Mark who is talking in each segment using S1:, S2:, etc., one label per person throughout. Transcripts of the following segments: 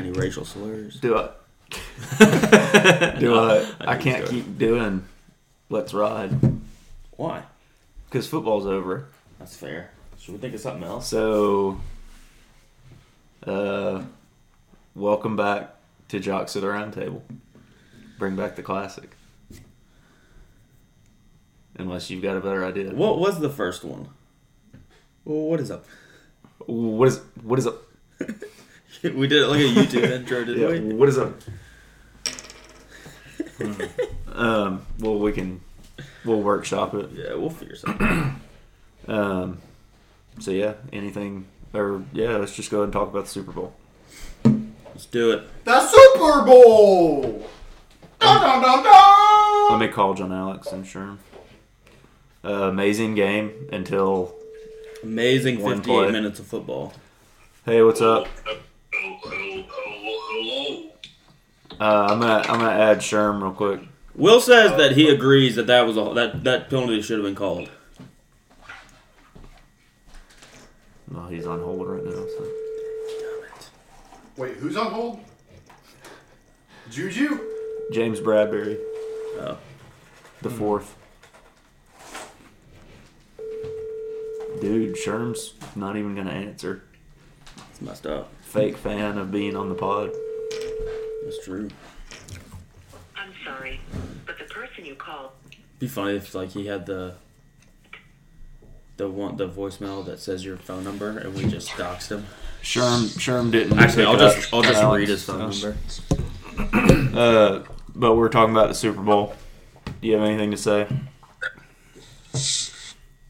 S1: racial slurs.
S2: Do I? do I? I, can't keep doing. Let's ride
S3: Why?
S2: because football's over.
S3: That's fair. Should we think of something else?
S2: So, uh, welcome back to Jocks at the Roundtable. Bring back the classic. Unless you've got a better idea.
S3: What was the first one? Well, what is up?
S2: What is what is up?
S3: we did it like a YouTube intro, didn't
S2: Yeah,
S3: we?
S2: what is up? um, well, we can we'll workshop it.
S3: Yeah, we'll figure something. out.
S2: Um, so yeah, anything or yeah, let's just go ahead and talk about the Super Bowl.
S3: Let's do it.
S4: The Super Bowl. Dun, dun, dun, dun.
S2: Let me call John Alex. I'm sure. Uh, amazing game until
S3: Amazing
S2: One
S3: 58
S2: play.
S3: minutes of football.
S2: hey, what's up? Uh, I'm gonna I'm gonna add Sherm real quick.
S3: Will says that
S2: Oh.
S3: he agrees that that was a that that penalty should have been called.
S2: No, he's on hold right now. So.
S4: Wait, who's on hold? Juju.
S2: James Bradbury,
S3: Oh.
S2: the fourth. Dude, Sherm's not even gonna answer.
S3: It's messed up.
S2: Fake fan of being on the pod.
S3: That's true.
S5: I'm sorry, but the person you called
S3: Be funny if like he had the the one the voicemail that says your phone number and we just doxed him.
S2: Sherm, Sherm didn't.
S3: Actually,
S2: pick
S3: I'll
S2: up
S3: just I'll just
S2: Alex,
S3: read his phone
S2: so-
S3: number.
S2: Uh, but we're talking about the Super Bowl. Do you have anything to say?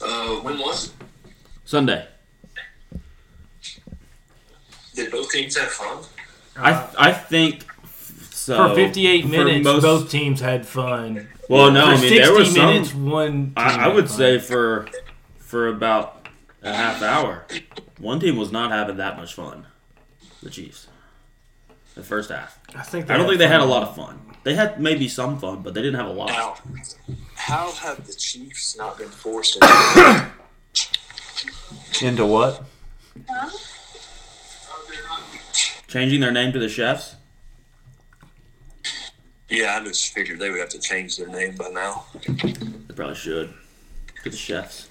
S6: Uh, when was it?
S3: Sunday.
S6: Did both teams have fun?
S3: I I think so.
S7: for 58
S3: for
S7: minutes,
S3: most-
S7: both teams had fun.
S3: Well, no,
S7: for
S3: I mean there was some.
S7: minutes, one. team
S3: I, I
S7: had
S3: would
S7: fun.
S3: say for for about a half hour, one team was not having that much fun. The Chiefs, the first half.
S7: I think
S3: I don't think they had a
S7: fun.
S3: lot of fun. They had maybe some fun, but they didn't have a lot.
S6: Now, how have the Chiefs not been forced into?
S2: Into what?
S3: Changing their name to the Chefs.
S6: yeah, I just figured they would have to change their name by now.
S3: They probably should. To the Chefs.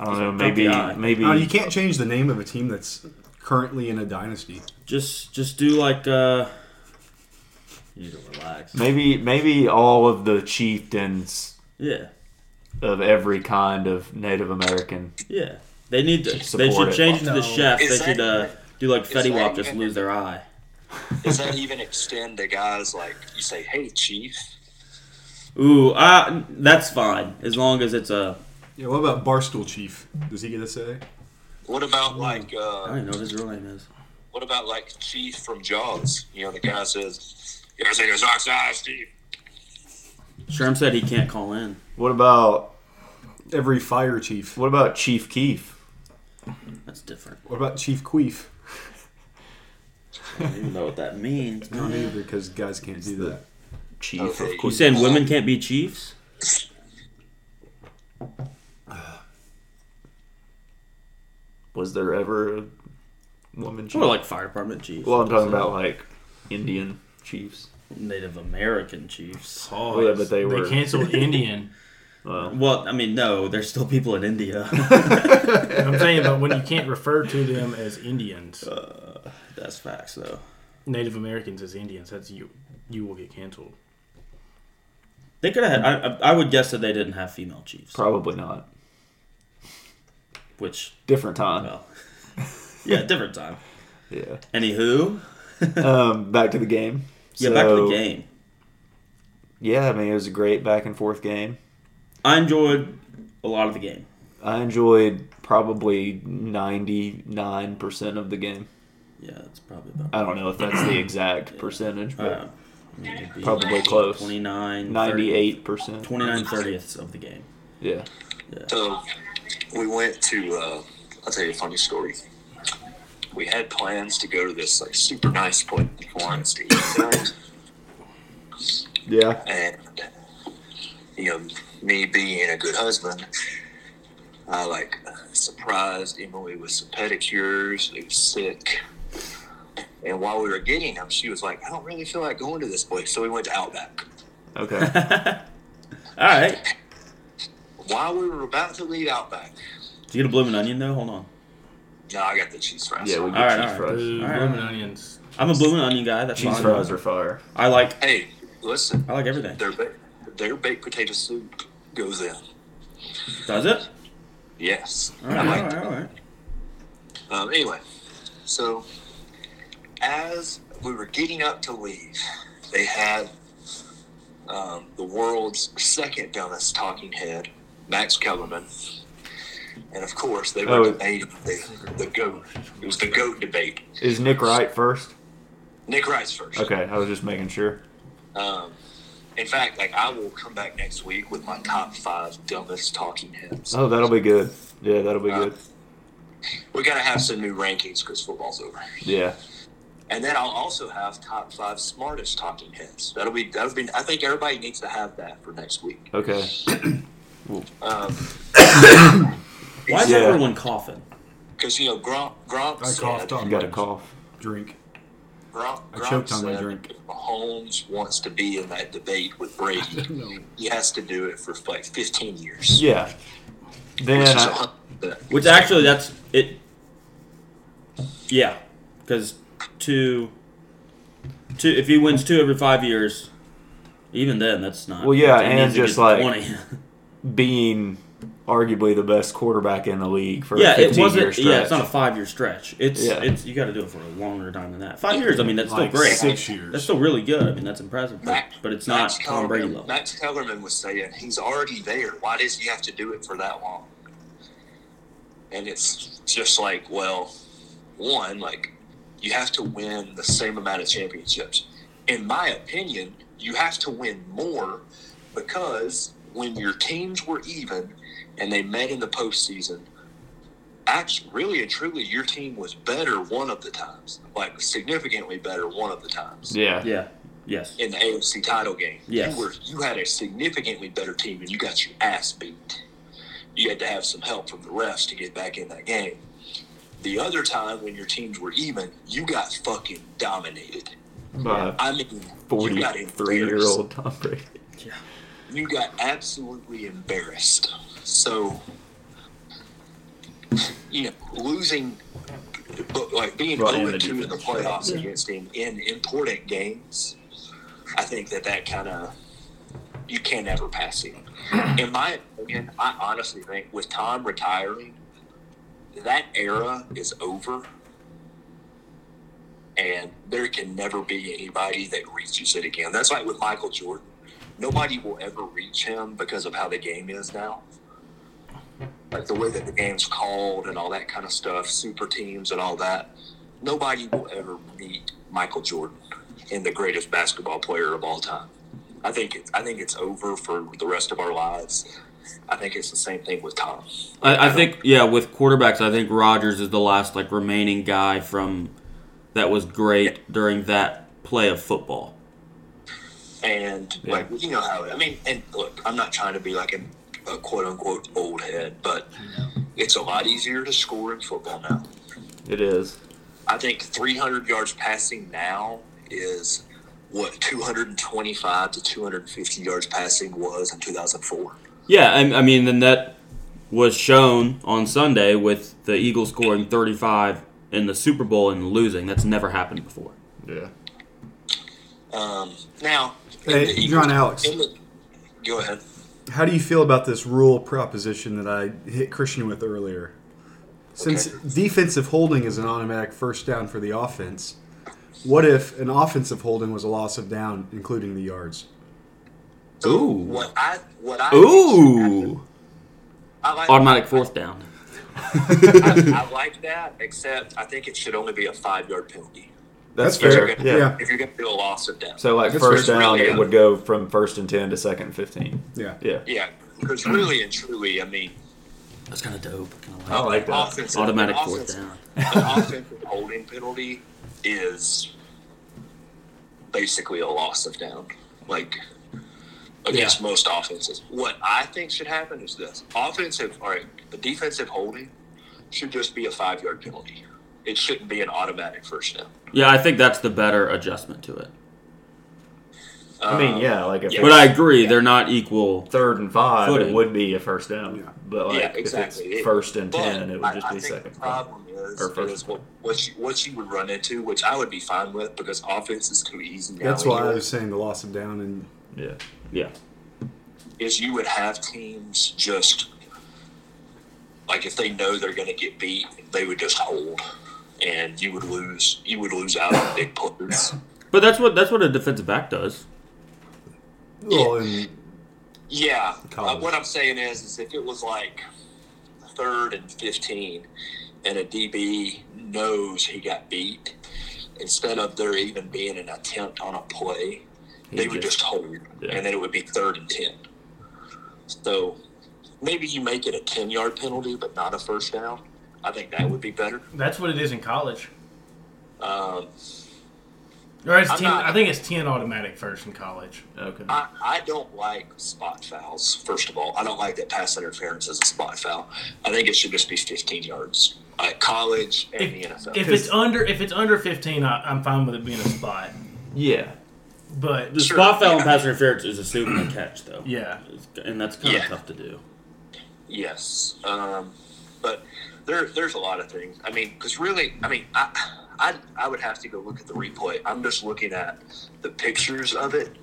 S2: I don't know.
S3: Don't be
S2: Maybe,
S3: high.
S2: maybe.
S8: No, you can't change the name of a team that's currently in a dynasty.
S3: Just just do like uh. You need to relax.
S2: Maybe maybe all of the chieftains
S3: Yeah,
S2: of every kind of Native American.
S3: yeah. They need to. They
S2: Support
S3: should
S2: it.
S3: change it to the
S7: No.
S3: Chefs. They
S6: Is
S3: should uh,
S6: that-
S3: do like Fetty
S6: that
S3: Wap, just
S6: even-
S3: lose their eye.
S6: Does that even extend to guys like you say, "Hey, Chief"?
S3: Ooh, uh, that's fine as long as it's a.
S8: Yeah, what about Barstool Chief? Does he get a say?
S6: What about like uh,
S3: I don't even know what his real name is.
S6: What about like Chief from Jaws? You know, the guy says, "You ever seen his ox eyes, Chief?"
S3: Sherm said he can't call in.
S2: What about
S8: Every fire chief.
S2: what about Chief Keef?
S3: That's different.
S8: What about Chief Queef?
S3: I don't even know what that means.
S8: No, neither, because guys can't do that.
S2: Chief
S6: Okay.
S2: of
S3: You
S2: course.
S3: saying women can't be chiefs?
S2: Was there ever a woman chief?
S3: Or like fire department chiefs?
S2: well, I'm talking about like Indian chiefs.
S3: Native American chiefs.
S7: Oh,
S2: Well, yeah, but they were.
S7: They canceled Indian.
S2: well,
S3: Well, I mean, no, there's still people in India.
S7: I'm saying, but when you can't refer to them as Indians,
S3: that's facts, though.
S7: Native Americans as Indians, that's you. You will get canceled.
S3: They could have. I, I- I would guess that they didn't have female chiefs,
S2: probably not.
S3: which,
S2: Different time.
S3: well, yeah, different time.
S2: Yeah.
S3: Anywho,
S2: Um, back to the game.
S3: yeah, back to the
S2: So,
S3: game.
S2: Yeah, I mean it was a great back and forth game.
S3: I enjoyed a lot of the game.
S2: I enjoyed probably 99% of the game.
S3: Yeah, that's probably about.
S2: I don't know if that's the exact percentage, but
S3: Uh, it'd be
S2: Probably close.
S3: 29,
S2: 98%.
S3: 29 30ths of the game.
S2: Yeah.
S6: So we went to. Uh, I'll tell you a funny story. We had plans to go to this like super nice place in Florence to eat tonight,
S2: Yeah.
S6: and you know, me being a good husband, I like surprised Emily with some pedicures. It was sick, And while we were getting them, she was like, I don't really feel like going to this place. So we went to Outback.
S2: Okay.
S3: All right.
S6: While we were about to leave Outback,
S3: Did you get a blooming onion though? Hold on.
S6: no, I got the cheese fries.
S2: Yeah, we get
S3: All right,
S2: cheese
S3: all right.
S2: fries.
S7: Ooh,
S3: Alright.
S7: blooming onions.
S3: I'm a blooming onion guy. That's
S2: Cheese
S3: fine.
S2: fries are fire.
S3: I like
S6: hey, listen,
S3: I like everything.
S6: their, ba- their baked potato soup goes in.
S3: Does it?
S6: Yes.
S3: All right.
S6: I
S3: All
S6: liked
S3: right. All right.
S6: Um, anyway, so as we were getting up to leave, they had um, the world's second dumbest talking head, Max Kellerman. And of course, they were
S2: Oh, it-
S6: debating the, the goat. It was the goat debate.
S2: Is Nick Wright first?
S6: Nick Rice first.
S2: Okay, I was just making sure.
S6: Um, in fact, like I will come back next week with my top five dumbest talking heads.
S2: Oh, that'll be good. Yeah, that'll be
S6: Uh,
S2: good.
S6: We gotta have some new rankings because football's over.
S2: Yeah.
S6: And then I'll also have top five smartest talking heads. That'll be that'll be. I think everybody needs to have that for next week.
S2: Okay.
S6: Um,
S3: Why is
S2: Yeah.
S3: everyone coughing?
S6: because you know Gronk Gronk
S8: I
S6: said,
S8: coughed on
S2: You got a
S8: my
S2: cough.
S8: drink.
S6: Gronk,
S8: I
S6: Gronk
S8: choked on my
S6: said
S8: drink.
S6: if Mahomes wants to be in that debate with Brady.
S8: No.
S6: he has to do it for like 15 years.
S2: Yeah. Then uh,
S6: Which is
S2: I,
S6: 100%.
S3: Which actually, that's it. Yeah, because two, two. If he wins two every five years, even then, that's not.
S2: Well, yeah,
S3: he
S2: and
S3: needs to
S2: just
S3: get
S2: like-
S3: 20.
S2: being arguably the best quarterback in the league for
S3: yeah,
S2: a 15
S3: it wasn't.
S2: year stretch.
S3: Yeah, it's not a five-year stretch. It's
S2: Yeah.
S3: it's you got to do it for a longer time than that. Five years. I mean, that's still
S8: Like
S3: great.
S8: Six years.
S3: That's still really good. I mean, that's impressive. But,
S6: Max-
S3: but it's not
S6: Max
S3: Tom Brady
S6: Kellerman-
S3: level.
S6: Max Kellerman was saying he's already there. Why does he have to do it for that long? And it's just like, well, one, like you have to win the same amount of championships. In my opinion, you have to win more because when your teams were even and they met in the postseason, actually, really and truly, your team was better one of the times, like significantly better one of the times
S2: Yeah.
S3: yeah. Yes.
S6: in the AFC title game.
S3: Yes.
S6: You were you had a significantly better team and you got your ass beat. You had to have some help from the refs to get back in that game. The other time when your teams were even, you got fucking dominated.
S2: By
S6: I mean, you got
S2: 43 year
S6: embarrassed.
S2: old Tom Brady.
S6: You got absolutely embarrassed. So, you know, losing, but like being
S2: Right, and
S6: 0
S2: the
S6: 2 in the
S2: defense.
S6: playoffs against him in important games, I think that that kind of, you can never pass him. In my opinion, I honestly think with Tom retiring, that era is over. And there can never be anybody that reaches it again. That's like with Michael Jordan nobody will ever reach him because of how the game is now. Like the way that the game's called and all that kind of stuff, super teams and all that. Nobody will ever beat Michael Jordan in the greatest basketball player of all time. I think it's I think it's over for the rest of our lives. I think it's the same thing with Tom.
S3: I, I think yeah, with quarterbacks, I think Rodgers is the last like remaining guy from that was great during that play of football.
S6: And like you know how I mean, and look, I'm not trying to be like a, a quote unquote old head, but it's a lot easier to score in football now.
S2: It is.
S6: I think 300 yards passing now is what 225 to 250 yards passing was in 2004.
S3: Yeah, I, I mean, then that was shown on Sunday with the Eagles scoring 35 in the Super Bowl and losing. That's never happened before.
S2: Yeah.
S6: Um, now, in
S8: Hey,
S6: the Eagles-
S8: John Alex.
S6: in the- go ahead.
S8: How do you feel about this rule proposition that I hit Christian with earlier? Since defensive holding is an automatic first down for the offense, what if an offensive holding was a loss of down, including the yards?
S6: So
S3: Ooh.
S6: What I what I
S3: Ooh,
S6: I like,
S3: automatic fourth down.
S6: I, I like that, except I think it should only be a five yard penalty.
S2: That's,
S8: That's fair.
S2: fair.
S8: Yeah.
S2: Yeah.
S6: If you're gonna do a loss of down.
S2: So, like,
S8: That's
S2: first
S8: fair.
S2: down,
S6: Really,
S2: it would go from first and 10 to second and 15.
S8: Yeah.
S2: Yeah.
S6: yeah, because really and truly, I mean,
S3: That's kind of dope. Kinda
S2: I
S6: Oh.
S3: like
S2: like that.
S6: offensive,
S3: automatic
S6: offensive-
S3: fourth down.
S6: an offensive holding penalty is basically a loss of down, like against most offenses. What I think should happen is this: offensive, all right, the defensive holding should just be a five-yard penalty. it shouldn't be an automatic first down.
S3: Yeah, I think that's the better adjustment to it.
S2: I mean, yeah, like if
S6: Um, yeah.
S2: it's
S3: But I agree, they're not equal.
S2: third and five,
S3: Footing.
S2: it would be a first down. But like
S6: yeah, exactly.
S2: if it's
S6: It-
S2: first and
S6: but
S2: ten, it would
S6: I-
S2: just
S6: I
S2: be
S6: think
S2: second.
S6: The problem is,
S2: Or first.
S6: is what, what, you, what you would run into, which I would be fine with because offense is too easy. Now
S8: That's why I
S6: anyway,
S8: was saying the loss of down and
S2: Yeah,
S3: Yeah.
S6: is you would have teams just like if they know they're going to get beat, they would just hold, and you would lose. You would lose out on big plays.
S3: But that's what that's what a defensive back does.
S8: well, and
S6: Yeah. Uh,
S8: College.
S6: what I'm saying is, is if it was like third and 15 and a DB knows he got beat, instead of there even being an attempt on a play, they would
S2: just-
S6: just hold
S2: Yeah.
S6: and then it would be third and 10. So maybe you make it a 10 yard penalty, but not a first down. I think that would be better.
S7: That's what it is in college.
S6: Um,
S7: Or it's
S6: I'm
S7: ten.
S6: not-
S7: I think it's ten automatic first in college.
S2: okay.
S6: I, I don't like spot fouls, first of all. I don't like that pass interference as a spot foul. I think it should just be 15 yards at college and the
S7: If,
S6: NFL.
S7: if it's under if it's under fifteen, I, I'm fine with it being a spot.
S2: Yeah,
S7: But
S3: The
S6: Sure,
S3: spot foul and
S6: yeah.
S3: pass interference is assuming a catch, though.
S7: yeah,
S3: And that's kind of
S6: Yeah.
S3: tough to do.
S6: yes. Um, but there, there's a lot of things. I mean, because really, I mean, I, I, I would have to go look at the replay. I'm just looking at the pictures of it.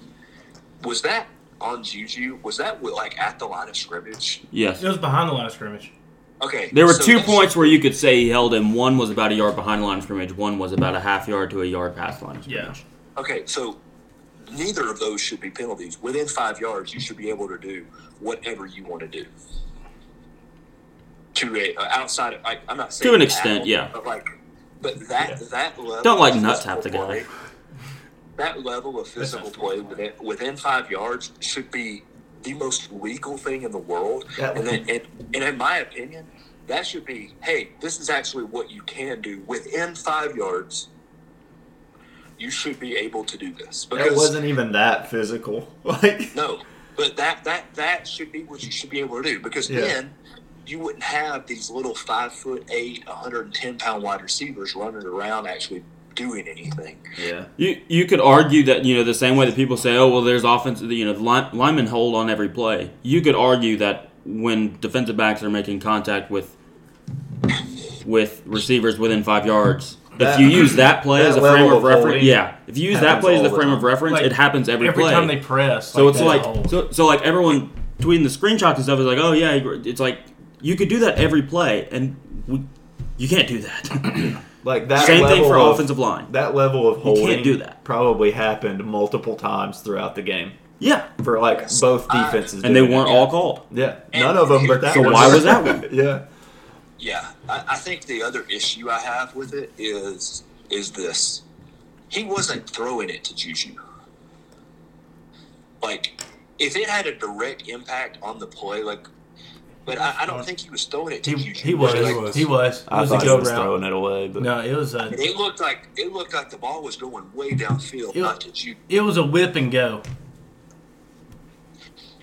S6: Was that on Juju? Was that like at the line of scrimmage?
S3: Yes.
S7: it was behind the line of scrimmage.
S6: Okay.
S3: There were
S6: so
S3: two
S6: that's-
S3: points where you could say he held him. One was about a yard behind the line of scrimmage. One was about a half yard to a yard past the line of
S7: Yeah.
S3: scrimmage.
S6: Okay, so neither of those should be penalties. Within five yards, you should be able to do whatever you want to do. To a uh, outside, of, I, I'm not saying
S3: To an
S6: that,
S3: extent, yeah.
S6: but like, but that that level
S3: Don't, like,
S6: of
S3: nut tap
S6: physical
S3: the guy.
S6: play- That level of physical play within, within five yards should be the most legal thing in the world,
S2: That
S6: and, then, and and in my opinion, that should be hey, this is actually what you can do within five yards. You should be able to do this
S2: that wasn't even that physical. Like
S6: no, but that that that should be what you should be able to do because
S2: Yeah.
S6: then you wouldn't have these little five foot eight, 110 pound wide receivers running around actually doing anything.
S2: yeah,
S3: You you could argue that you know the same way that people say, oh well, there's offense. You know, line, linemen hold on every play. You could argue that when defensive backs are making contact with with receivers within five yards, if
S2: That-
S3: you use that play
S2: that
S3: as a
S2: level
S3: frame of
S2: of
S3: reference,
S2: holding
S3: yeah, if you use that
S2: happens
S3: play as
S2: all
S3: the
S2: the
S3: frame of
S2: time.
S3: reference,
S7: Like,
S3: it happens every,
S7: Every
S3: play.
S7: time they press,
S3: So it's
S7: that's
S3: like
S7: a hold.
S3: so, so like everyone doing the screenshots and stuff is like, oh yeah, it's like you could do that every play, and we, you can't do that.
S2: like that.
S3: Same thing
S2: level
S3: for
S2: of-
S3: offensive line.
S2: That level of holding
S3: do that.
S2: Probably happened multiple times throughout the game
S3: yeah,
S2: for like
S6: Yes.
S2: both
S6: Uh,
S2: defenses,
S3: and they
S2: doing it.
S3: weren't all called.
S2: Yeah,
S6: And-
S2: none of them. But that.
S3: So
S2: one.
S3: why was that one?
S2: yeah,
S6: Yeah, I, I think the other issue I have with it is is this: he wasn't throwing it to Juju. Like, if it had a direct impact on the play, like, but I, I don't think he was throwing it to
S7: He,
S6: Juju.
S7: he was.
S6: Like,
S7: He was. He was,
S2: I
S7: a
S2: thought he
S7: go
S2: was
S7: route.
S2: throwing it away, but
S7: No, it was a
S6: It looked like it looked like the ball was going way downfield,
S7: It-
S6: not to Juju.
S7: it was a whip and go.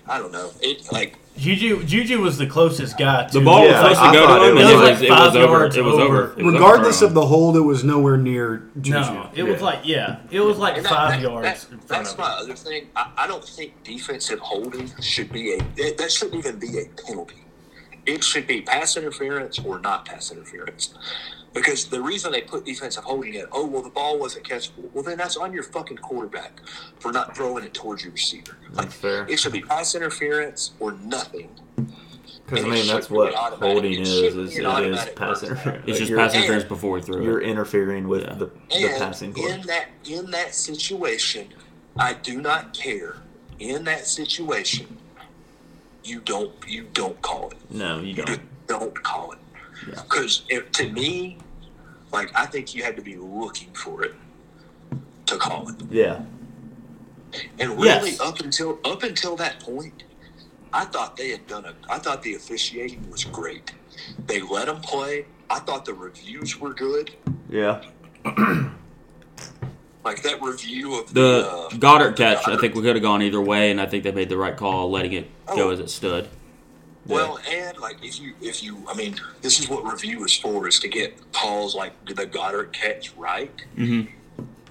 S6: I don't know. It like
S7: Juju Juju was the closest guy. To
S3: The ball
S2: Yeah,
S3: was supposed
S2: I
S3: to go
S2: thought
S3: to him,
S2: it
S3: and it
S2: was
S7: like
S3: was, it
S7: five
S3: was over.
S7: yards
S3: It was
S7: over.
S3: over. It was
S8: regardless
S3: over.
S8: of the hold, it was nowhere near Juju.
S7: No, it was
S2: Yeah.
S7: like yeah, it was like
S6: and that-
S7: five
S6: that-
S7: yards
S6: that-
S7: in front
S6: that's
S7: of
S6: my
S7: him.
S6: other thing. I, I don't think defensive holding should be a that, that shouldn't even be a penalty. It should be pass interference or not pass interference. Because the reason they put defensive holding in, oh well, the ball wasn't catchable. Well, then that's on your fucking quarterback for not throwing it towards your receiver. Like
S2: That's fair.
S6: it should be pass interference or nothing.
S2: Because I
S6: It
S2: mean,
S6: should
S2: that's
S6: be
S2: what
S6: an automatic-
S2: holding
S6: it
S2: is.
S6: should be
S2: Is
S6: an
S2: it is
S6: automatic
S2: pass
S6: first
S2: interference?
S3: It's just
S2: You're-
S3: pass
S6: and-
S3: interference before through.
S2: You're interfering with
S3: Yeah.
S2: the, the passing
S6: And
S2: play.
S6: in that in that situation, I do not care. In that situation, you don't you don't call it.
S2: No, you
S6: You
S2: don't.
S6: just don't call it. Because to me, like I think you had to be looking for it to call it.
S2: Yeah,
S6: And really,
S3: Yes.
S6: up until up until that point, I thought they had done a. I thought the officiating was great. They let them play. I thought the reviews were good.
S2: yeah.
S6: Like that review of
S3: The
S6: the, uh,
S3: Goddard catch, I
S6: Goddard-
S3: think we could have gone either way, and I think they made the right call letting it go
S6: Oh.
S3: as it stood.
S6: Well, and like if you if you, I mean, this is what review is for is to get calls like the Goddard catch right.
S3: Mhm.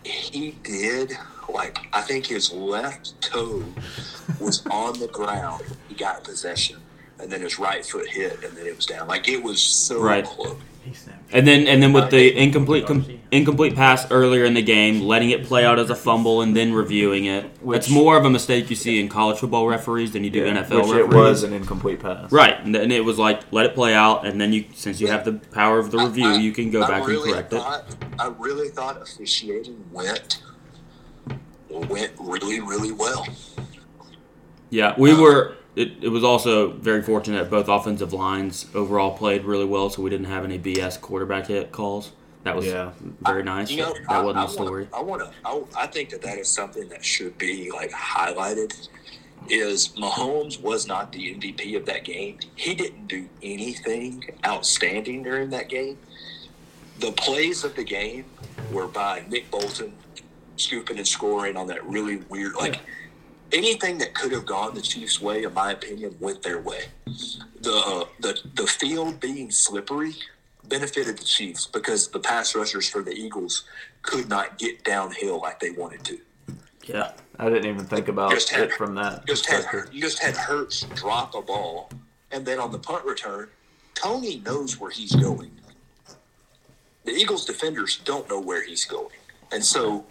S6: He did like I think his left toe was on the ground. He got possession, and then his right foot hit, and then it was down. Like it was so
S3: Right.
S6: close.
S7: He snapped.
S3: And then and then with the incomplete com- incomplete pass earlier in the game, letting it play out as a fumble and then reviewing it. It's
S2: Which-
S3: more of a mistake you see in college football referees than you do NFL
S2: which
S3: referees.
S2: it was an incomplete pass.
S3: Right, and then it was like let it play out, and then you since you have the power of the review,
S6: I-
S3: you can go
S6: I
S3: back
S6: really
S3: and correct it.
S6: thought, I really thought officiating went went really really well.
S3: Yeah, we were. It, it was also very fortunate that both offensive lines overall played really well, so we didn't have any BS quarterback hit calls. That was
S2: Yeah.
S3: very nice.
S6: You know,
S3: that
S6: I,
S3: wasn't
S6: I
S3: the story.
S6: Wanna, I want to. I, I think that that is something that should be like highlighted. Is Mahomes was not the MVP of that game. He didn't do anything outstanding during that game. The plays of the game were by Nick Bolton scooping and scoring on that really weird like anything that could have gone the Chiefs' way, in my opinion, went their way. The the the field being slippery benefited the Chiefs because the pass rushers for the Eagles could not get downhill like they wanted to.
S3: Yeah,
S2: I didn't even think about
S6: Just had-
S2: it from that
S6: Just had
S2: perspective.
S6: you just had Hurts drop a ball, and then on the punt return, Tony knows where he's going. The Eagles defenders don't know where he's going, and so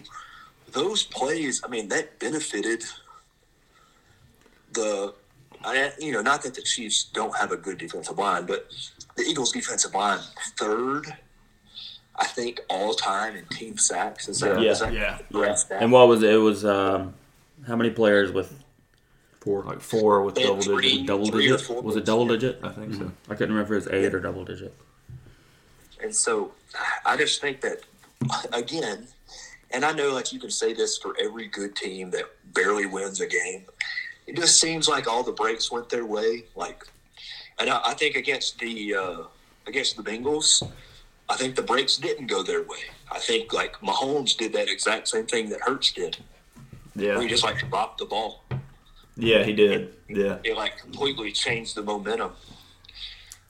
S6: those plays. I mean, that benefited the. I, you know, not that the Chiefs don't have a good defensive line, but the Eagles' defensive line third, I think, all time in team sacks. Is that, is
S3: Yeah.
S6: that
S7: Yeah.
S6: correct stat?
S3: and what was it? It was um, how many players with
S2: Like four with
S6: Yeah,
S2: double
S6: three.
S2: digit.
S3: double
S6: Three or
S3: digit?
S6: four.
S3: Was it double digit?
S2: I think so.
S3: Mm-hmm. I couldn't remember if it was eight or double digit.
S6: And so I just think that, again, and I know like you can say this for every good team that barely wins a game. It just seems like all the breaks went their way. Like, and I, I think against the uh, against the Bengals, I think the breaks didn't go their way. I think like Mahomes did that exact same thing that Hurts did. where He
S2: Yeah.
S6: just like dropped the ball.
S2: Yeah, he did. Yeah.
S6: It like completely changed the momentum.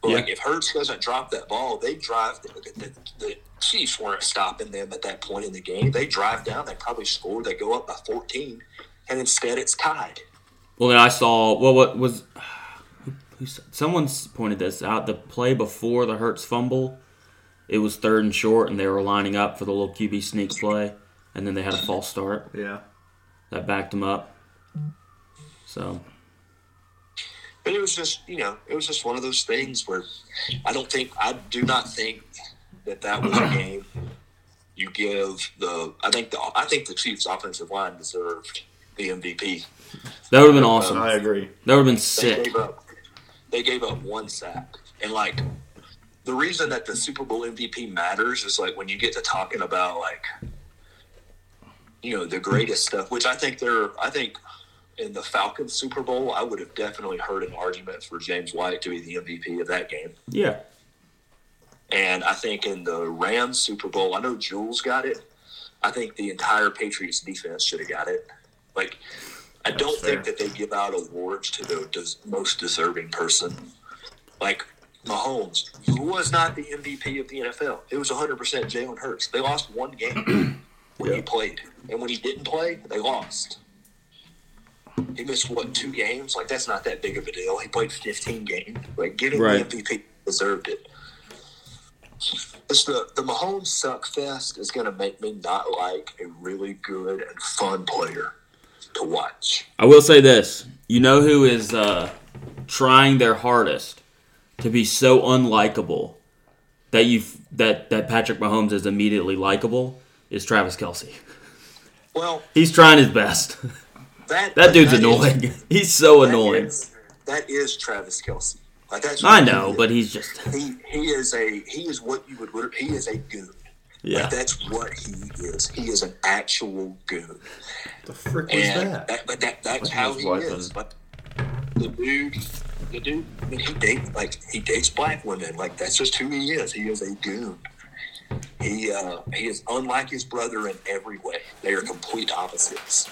S6: But
S3: Yeah.
S6: like if Hurts doesn't drop that ball, they drive. The, the, the Chiefs weren't stopping them at that point in the game. They drive down. They probably score. They go up by fourteen, and instead it's tied.
S3: Well, then I saw. Well, what was? who- who said- Someone's pointed this out. The play before the Hertz fumble, it was third and short, and they were lining up for the little QB sneak play, and then they had a false start
S8: Yeah.
S3: that backed them up. So
S6: But it was just you know it was just one of those things where I don't think I do not think that that was a game you give the I think the I think the Chiefs offensive line deserved the MVP.
S3: that would have been awesome.
S2: I agree.
S3: That would have been
S6: They
S3: sick.
S6: gave up. They gave up one sack, and like the reason that the Super Bowl MVP matters is like when you get to talking about like you know the greatest stuff, which I think they're. I think in the Falcons Super Bowl, I would have definitely heard an argument for James White to be the MVP of that game.
S3: Yeah.
S6: And I think in the Rams Super Bowl, I know Jules got it. I think the entire Patriots defense should have got it. Like, I don't
S2: fair.
S6: think that they give out awards to the des- most deserving person. Like, Mahomes, who was not the MVP of the NFL, it was 100% Jalen Hurts. They lost one game when he
S3: Yeah.
S6: played. And when he didn't play, they lost. He missed, what, two games? Like, that's not that big of a deal. He played 15 games. Like, give him
S3: Right.
S6: the MVP, he deserved it. It's the the Mahomes suck fest is gonna make me not like a really good and fun player to watch.
S3: I will say this. You know who is uh, trying their hardest to be so unlikable that you that that Patrick Mahomes is immediately likable is Travis Kelsey.
S6: Well,
S3: He's trying his best.
S6: that
S3: That dude's
S6: that is-
S3: annoying. he's so
S6: that
S3: annoying.
S6: is- that is Travis Kelsey. Like that's
S3: I
S6: what he
S3: know,
S6: is.
S3: but he's just
S6: he he is a he is what you would he is a goon.
S3: yeah.
S6: Like, that's what he is. He is an actual goon.
S8: The frick was
S6: And
S8: that?
S6: that, but that, that's how
S2: his
S6: he
S2: wife
S6: is.
S2: is.
S6: But the dude, the dude, I mean, he dates like he dates black women. Like that's just who he is. He is a goon. He uh, he is unlike his brother in every way. They are complete opposites.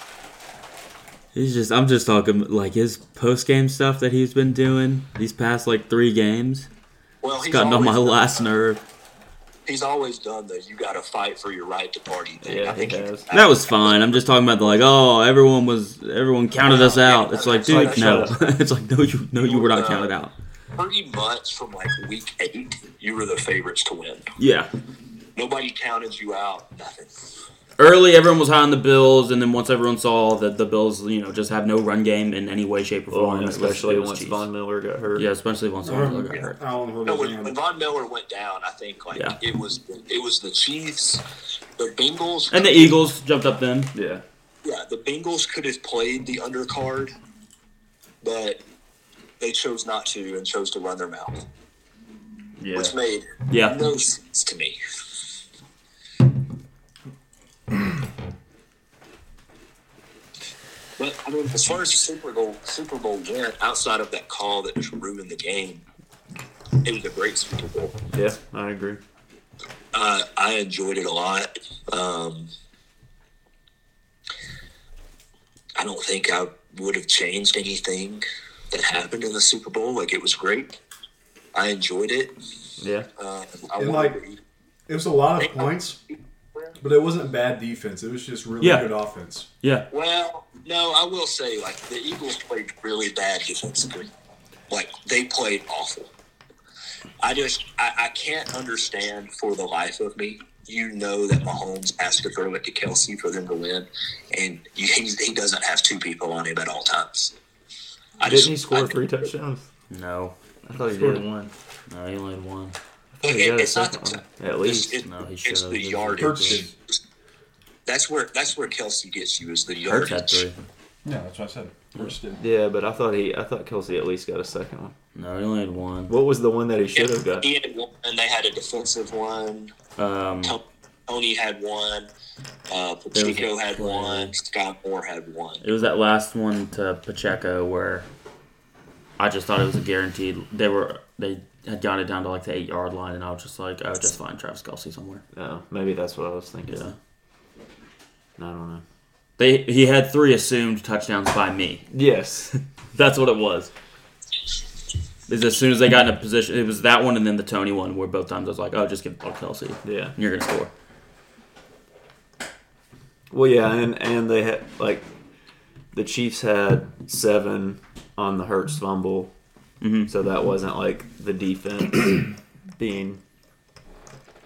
S3: He's just I'm just talking like his post game stuff that he's been doing these past like three games.
S6: Well, he's
S3: It's gotten on my
S6: always-
S3: last nerve.
S6: He's always done the you got to fight for your right to party thing.
S2: Yeah,
S6: I think
S2: he
S6: he-
S2: has.
S3: That was fine. I'm just talking about the like, oh, everyone was everyone counted us out. It's like,
S6: Shut
S3: dude,
S6: up,
S3: no.
S2: shut
S3: it's like no, you no, you were not counted out.
S6: pretty much from like week eight, you were the favorites to win.
S3: Yeah.
S6: Nobody counted you out. Nothing.
S3: Early, everyone was high on the Bills, and then once everyone saw that the Bills, you know, just have no run game in any way, shape, or
S2: Well,
S3: form,
S2: and
S3: it was-
S2: especially
S3: it was
S2: once
S3: cheese.
S2: Von Miller got hurt.
S3: Yeah, especially once Von got hurt.
S7: I only heard
S6: No,
S7: his
S6: when, when
S7: name.
S6: Von Miller went down, I think like
S3: Yeah.
S6: it was it was the Chiefs, the Bengals,
S3: And the E- Eagles jumped up then.
S2: Yeah.
S6: Yeah, the Bengals could have played the undercard, but they chose not to and chose to run their mouth,
S2: Yeah.
S6: which made
S3: Yeah.
S6: no sense to me. But I mean, as far as the Super Bowl Super Bowl went, outside of that call that just ruined the game, it was a great Super Bowl.
S2: Yeah, I agree.
S6: Uh, I enjoyed it a lot. Um, I don't think I would have changed anything that happened in the Super Bowl. Like it was great. I enjoyed it.
S2: Yeah.
S6: Uh, I
S8: And,
S6: wanna
S8: like-
S6: be-
S8: It was a lot of points, but it wasn't bad defense. It was just really
S3: Yeah.
S8: good offense.
S3: Yeah.
S6: well, no, I will say like the Eagles played really bad defensively. Like they played awful. I just I, I can't understand for the life of me. You know that Mahomes has to throw it to Kelsey for them to win, and you, he, he doesn't have two people on him at all times. I
S2: Didn't he
S6: I-
S2: score three touchdowns?
S3: No.
S2: I thought he
S7: Scored
S2: did.
S7: one.
S3: No, he only had one.
S6: it-
S2: Yeah,
S6: it's not
S2: second
S6: the
S2: one. At least.
S6: It's,
S3: No, he
S6: it's
S3: should've.
S6: the
S3: He
S8: should've.
S6: yardage. That's where that's where Kelsey gets you is the
S3: Hurts had
S6: yardage.
S3: three.
S8: Yeah, that's what I said. Worsted.
S2: Yeah, but I thought he, I thought Kelsey at least got a second one.
S3: No, he only had one.
S2: What was the one that he should have got?
S6: He had one. They had a defensive one.
S3: Um,
S6: Tony- Tony had one. Uh, Pacheco had
S3: play.
S6: one. Scott Moore had one.
S3: it was that last one to Pacheco where I just thought it was a guaranteed. They were they had gotten it down to like the eight yard line, and I was just like, oh, just find Travis Kelsey somewhere.
S2: Oh, maybe that's what I was thinking.
S3: Yeah.
S2: I don't know.
S3: They he had three assumed touchdowns by me.
S2: Yes.
S3: That's what it was. Is as soon as they got in a position, it was that one and then the Tony one where both times I was like, oh, just give the ball to Kelsey.
S2: Yeah.
S3: And you're gonna score.
S2: Well, yeah, and and they had like the Chiefs had seven on the Hertz fumble,
S3: Mhm.
S2: so that wasn't like the defense being.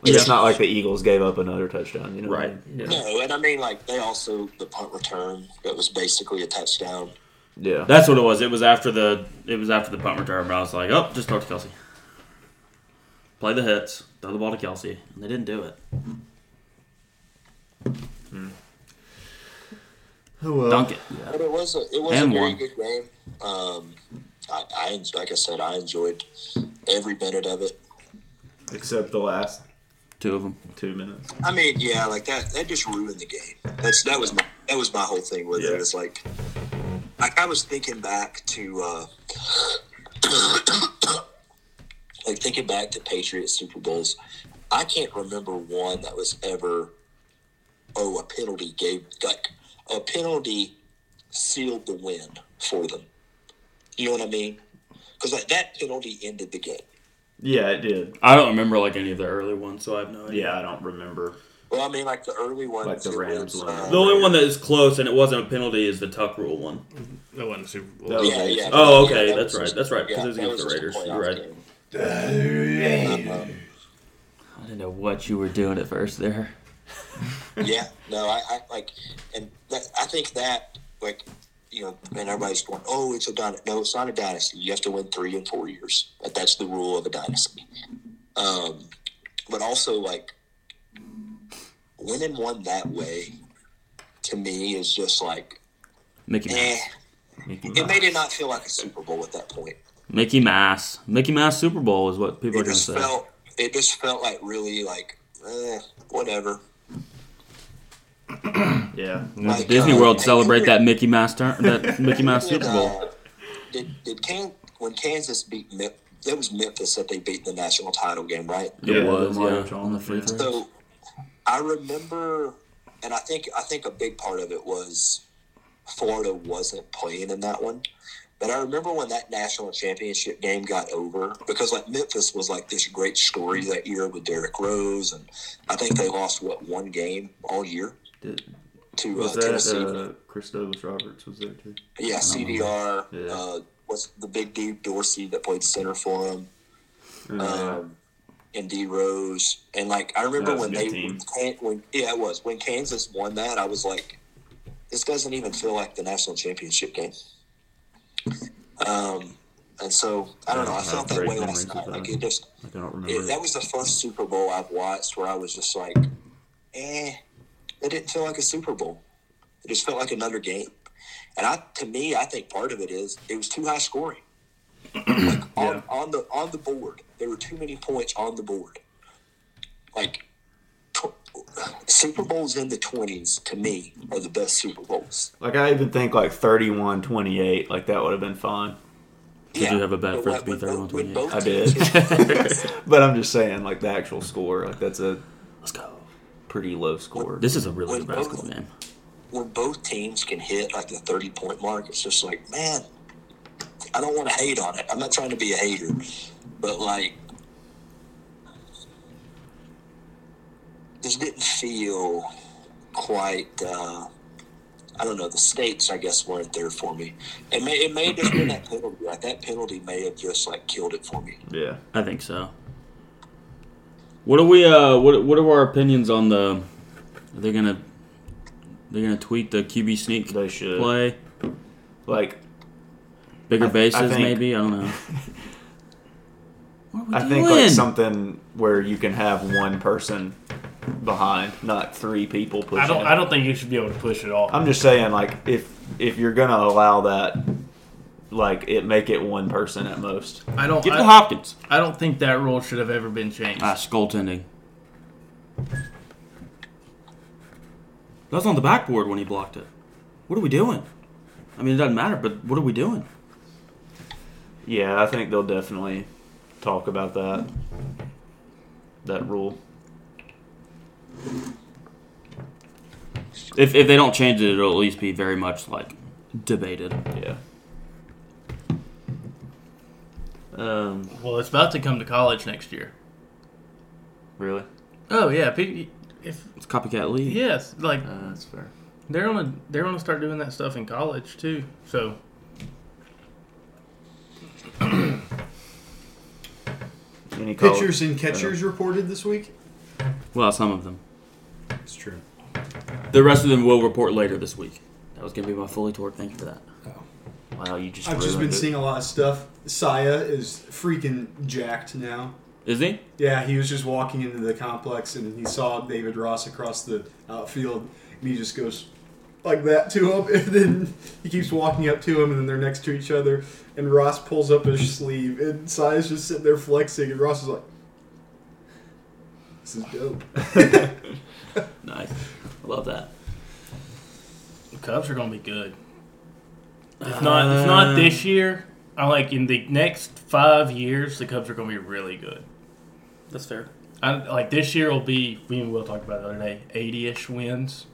S2: Like, It's not like the Eagles gave up another touchdown, you know? what I
S3: Right.
S2: mean? Yeah.
S6: No, and I mean like they also the punt return that was basically a touchdown.
S2: Yeah.
S3: That's what it was. It was after the it was after the punt return, but I was like, oh, just throw it to Kelsey. Play the hits, throw the ball to Kelsey, and they didn't do it.
S2: Hmm. oh, well.
S3: Dunk it. Yeah.
S6: But it was a it was
S3: And
S6: a very
S3: one.
S6: good game. Um, I, I en- like I said, I enjoyed every minute of it.
S2: Except the last
S3: Two of them.
S2: two minutes.
S6: I mean, yeah, like that. That just ruined the game. That's that was my, that was my whole thing with
S2: Yeah.
S6: it. It's like I, I was thinking back to uh, like thinking back to Patriots Super Bowls. I can't remember one that was ever oh a penalty gave like a penalty sealed the win for them. You know what I mean? Because like that penalty ended the game.
S2: Yeah, it did.
S3: I don't remember like any of the early ones, so I have no idea.
S2: Yeah, I don't remember.
S6: Well, I mean, like the early ones,
S2: Like the
S6: it
S2: Rams
S6: was,
S2: one.
S6: uh,
S3: The only one that is close and it wasn't a penalty is the Tuck Rule one.
S7: That wasn't a Super Bowl.
S2: That was-
S6: Yeah, yeah.
S3: Oh, okay,
S6: Yeah, that
S3: that's
S6: was
S3: right,
S6: just-
S3: that's right, 'cause it was
S6: that
S3: against the
S6: just a
S3: Raiders, you're
S6: playoff
S3: right.
S6: game.
S3: Um, I didn't know what you were doing at first there.
S6: Um, yeah, no, I, I like, and that, I think that like, you know, and everybody's going, oh, it's a dynasty. No, it's not a dynasty. You have to win three and four years. Like, That's the rule of a dynasty. Um, but also like, winning one that way, to me, is just like,
S3: Mickey Mouse.
S6: eh. It made it not feel like a Super Bowl at that point.
S3: Mickey Mouse. Mickey Mouse Super Bowl is what people are
S6: It
S3: gonna
S6: just
S3: say.
S6: felt, it just felt like really like, eh, whatever.
S2: Yeah.
S6: Like,
S3: Disney
S6: uh,
S3: World
S6: hey,
S3: celebrate
S6: you
S3: that Mickey Mouse turn that Mickey Mouse
S6: Did,
S3: Super Bowl.
S6: uh, did did Can- when Kansas beat Mem- that was Memphis that they beat in the national title game, right?
S3: It
S2: Yeah,
S3: was
S2: the Mario
S3: yeah,
S2: Chalmers,
S3: on the free
S2: yeah.
S3: throw.
S6: So I remember, and I think I think a big part of it was Florida wasn't playing in that one. But I remember when that national championship game got over because like Memphis was like this great story that year with Derrick Rose, and I think they lost what one game all year
S2: Did,
S6: to uh,
S2: was
S6: Tennessee.
S2: that uh, Chris Douglas Roberts was there too?
S6: yeah, CDR.
S2: Yeah.
S6: Uh, what's the big dude Dorsey that played center for him?
S2: Uh,
S6: um, and D Rose, and like I remember
S2: That's a
S6: when
S2: good
S6: they
S2: team.
S6: When, when yeah it was when Kansas won that I was like, this doesn't even feel like the national championship game. Um, and so I don't know.
S2: I
S6: I
S2: have
S6: felt that
S2: great
S6: way
S2: memories of
S6: last night. Like
S2: that.
S6: it just
S2: Like, I don't
S6: it,
S2: remember.
S6: that was the first Super Bowl I've watched where I was just like, eh, it didn't feel like a Super Bowl. It just felt like another game. And I, to me, I think part of it is it was too high scoring. like on, on the on the board, there were too many points on the board. Like tw- Super Bowls in the twenties to me are the best Super Bowls.
S2: Like I even think like 31-28, like that would have been fun.
S6: Did
S3: you have a bet for it to be 31, 28?
S2: I did. but I'm just saying, like the actual score, like that's a
S3: Let's go.
S2: pretty low score.
S3: This is a really good
S6: When
S3: basketball
S6: both-
S3: game.
S6: when both teams can hit like the 30 point mark, it's just like, man, I don't want to hate on it. I'm not trying to be a hater, but like, this didn't feel quite, uh, I don't know, the stakes, I guess, weren't there for me. It may, it may have just been that penalty. Like, that penalty may have just like killed it for me.
S2: yeah.
S3: I think so. What are we? Uh, what What are our opinions on the? They're gonna. They're gonna tweet the QB sneak
S2: They should.
S3: play.
S2: Like
S3: Bigger
S2: I- I
S3: bases,
S2: think-
S3: maybe. I don't know. What are we
S2: I think like something where you can have one person behind, not three people pushing.
S7: I don't.
S2: it.
S7: I don't think you should be able to push it all.
S2: I'm just saying, like if if you're gonna allow that, like it make it one person at most.
S7: I don't.
S3: Give it to
S7: I,
S3: Hopkins.
S7: I don't think that rule should have ever been changed.
S3: Ah, goaltending. That was on the backboard when he blocked it. What are we doing? I mean, it doesn't matter, but what are we doing?
S2: Yeah, I think they'll definitely talk about that that rule.
S3: If, if they don't change it, it'll at least be very much like debated.
S2: Yeah. Um.
S7: Well, it's about to come to college next year.
S2: Really?
S7: Oh yeah, pe- if
S3: It's copycat league.
S7: yes, like
S2: Uh, that's fair.
S7: they're gonna they're gonna start doing that stuff in college too. So
S2: Any call-
S8: Pitchers and catchers reported this week.
S3: Well, some of them.
S8: It's true.
S3: The rest of them will report later this week. Oh. That was gonna be my fully torque. Thank you for that.
S2: Wow, you just.
S8: I've just
S2: ruined
S8: been
S2: it.
S8: seeing a lot of stuff. Saya is freaking jacked now.
S3: Is he?
S8: Yeah, he was just walking into the complex and he saw David Ross across the outfield, and he just goes like that to him, and then he keeps walking up to him, and then they're next to each other, and Ross pulls up his sleeve, and Saya's just sitting there flexing, and Ross is like, "This is dope."
S3: Nice. I love that.
S7: the Cubs are gonna be good. If not, if
S3: Uh.
S7: not this year, I like in the next five years, the Cubs are gonna be really good.
S3: That's fair.
S7: I, like this year will be. We will talk about it the other day. Eighty-ish wins,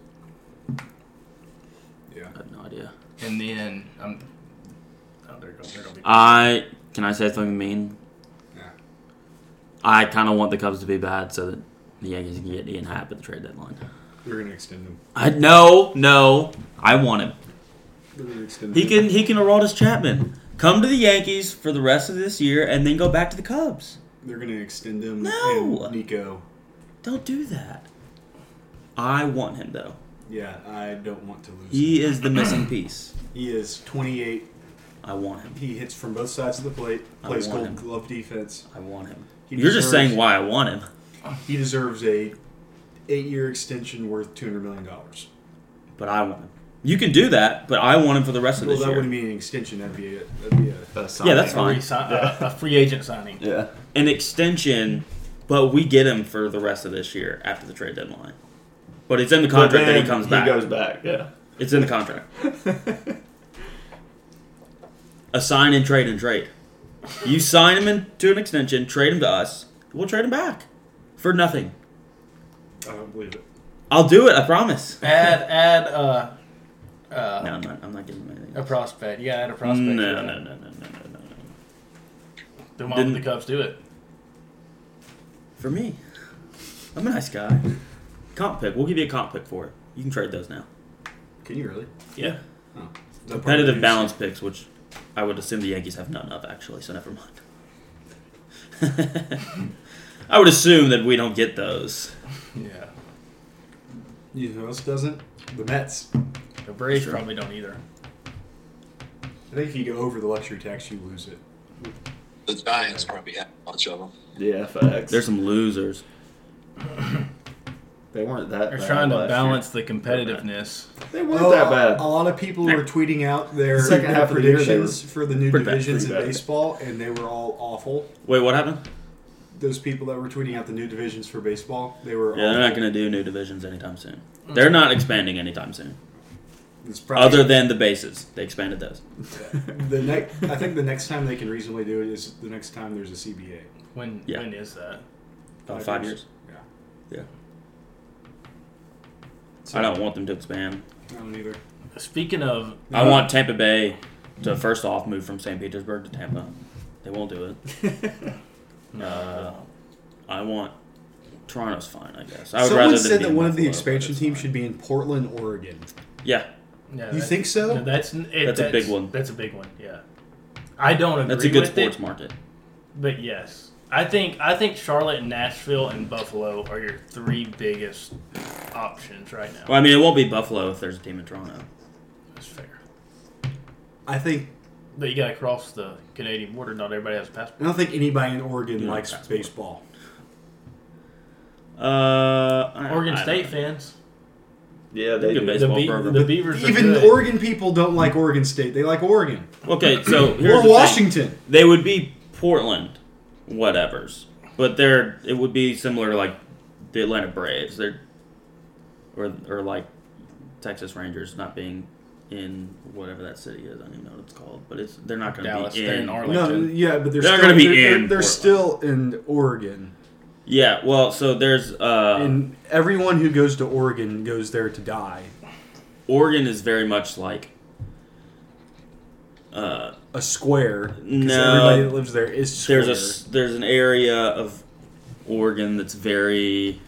S8: Yeah.
S3: I have no idea.
S7: and then I'm. Oh, they're gonna, they're gonna be.
S3: Ah, I can I say something mean?
S8: Yeah.
S3: I kind of want the Cubs to be bad so that the Yankees can get Ian Happ at the trade deadline.
S8: They're gonna extend him.
S3: I no no. I want him.
S8: They're gonna extend
S3: He
S8: him.
S3: can he can Aroldis Chapman come to the Yankees for the rest of this year and then go back to the Cubs.
S8: They're gonna extend him.
S3: No!
S8: And Nico.
S3: Don't do that. I want him though.
S8: Yeah, I don't want to lose. him.
S3: He is the missing piece.
S8: He is 28.
S3: I want him.
S8: He hits from both sides of the plate.
S3: I
S8: Plays
S3: want
S8: Gold
S3: him.
S8: Glove defense.
S3: I want him.
S8: He
S3: You're just
S8: deserves-
S3: saying why I want him.
S8: He deserves a eight-year extension worth 200 million dollars.
S3: But I want him. You can do that, but I want him for the rest of
S8: Well,
S3: this
S8: that
S3: year.
S8: wouldn't be an extension. That'd be a, that'd be a
S2: That's
S3: Yeah, that's
S2: something.
S7: a,
S3: fine.
S7: re-sign- a- a free agent signing.
S2: Yeah.
S3: An extension, but we get him for the rest of this year after the trade deadline. But it's in the
S2: But
S3: contract that
S2: then
S3: he comes back.
S2: He goes back. Yeah.
S3: It's in the contract. A sign and trade and trade. You sign him in, to an extension, trade him to us. We'll trade him back for nothing.
S8: I don't believe it.
S3: I'll do it. I promise.
S7: Add add uh, uh,
S3: No, I'm not. I'm not giving him anything.
S7: a
S3: else.
S7: prospect. You gotta add a
S3: No,
S7: prospect.
S3: no, no, no, no, no, no, no.
S7: Then why
S3: Didn't-
S7: would the Cubs do it?
S3: For me, I'm a nice guy. Comp pick. We'll give you a comp pick for it. You can trade those now.
S8: Can you really?
S3: Yeah.
S8: The
S3: Competitive
S8: Braves.
S3: balance picks, which I would assume the Yankees have none of, actually, so never mind. I would assume that we don't get those.
S7: Yeah.
S8: You know who else doesn't? The Mets.
S7: The Braves
S3: Sure.
S7: probably don't either.
S8: I think if you go over the luxury tax, you lose it.
S6: The Giants probably have a bunch of them.
S2: Yeah, facts.
S3: There's some losers.
S2: they weren't that.
S7: They're
S2: bad
S7: trying to
S2: last
S7: balance the competitiveness.
S2: year. They weren't
S8: Oh,
S2: that bad.
S8: A lot of people were tweeting out their,
S2: Second
S8: their
S2: half of the year, they
S8: predictions for the new
S3: pretty bad,
S8: divisions in
S2: pretty bad.
S8: baseball, and they were all awful.
S3: Wait, what happened?
S8: Those people that were tweeting out the new divisions for baseball, they were
S3: Yeah, they're not
S8: awful.
S3: going to do new divisions anytime soon.
S8: Mm-hmm.
S3: They're not expanding anytime soon.
S8: It's probably-
S3: Other than the bases, they expanded those.
S8: the next, I think the next time they can reasonably do it is the next time there's a CBA.
S7: When
S3: Yeah.
S7: when is that?
S3: About five years.
S8: Yeah.
S3: Yeah.
S8: So,
S3: I don't want them to expand.
S8: I don't either.
S7: Speaking of
S8: Uh-huh.
S3: I want Tampa Bay
S8: Mm-hmm.
S3: to first off move from St. Petersburg to Tampa. They won't do it. uh, I want Toronto's fine, I guess. I would
S8: Someone
S3: rather
S8: said
S3: them be
S8: that
S3: in
S8: one of the
S3: Buffalo, but
S8: expansion
S3: it's
S8: teams
S3: fine.
S8: should be in Portland, Oregon.
S3: Yeah,
S7: No,
S8: You
S7: that's-
S8: think so?
S7: no, that's n- it,
S3: That's a big one.
S7: That's a big one. Yeah. I don't agree
S3: that's a good
S7: with
S3: sports
S7: it,
S3: market.
S7: but yes, I think I think Charlotte, Nashville, and Buffalo are your three biggest options right now.
S3: Well, I mean, it won't be Buffalo if there's a team in Toronto.
S7: That's fair.
S8: I think
S7: But you gotta cross the Canadian border. Not everybody has a passport.
S8: I don't think anybody in Oregon
S3: Yeah,
S8: likes
S3: that's-
S8: baseball.
S3: Uh, I-
S7: Oregon
S3: I don't
S7: State
S3: know.
S7: fans.
S2: yeah, they
S3: Good
S2: do.
S7: The,
S3: baseball
S7: Be-
S3: program.
S7: the Beavers are
S8: Even
S7: good.
S8: Oregon people don't like Oregon State. They like Oregon
S3: Okay, so here's the
S8: or
S3: thing.
S8: Washington.
S3: They would be Portland, whatever's, but they're it would be similar to like the Atlanta Braves, they're or or like Texas Rangers not being in whatever that city is. I don't even know what it's called, but it's they're not going to
S7: Dallas,
S3: be
S7: they're in
S3: in.
S7: Arlington.
S8: No, yeah, but they're,
S3: They're
S8: still,
S3: gonna be
S8: they're, they're-
S3: in
S8: They're,
S3: Portland.
S8: still in Oregon,
S3: yeah, well, so there's uh,
S8: and everyone who goes to Oregon goes there to die.
S3: Oregon is very much like. Uh,
S8: A square. 'cause
S3: No.
S8: everybody that lives there is square.
S3: there's a s- there's an area of Oregon that's very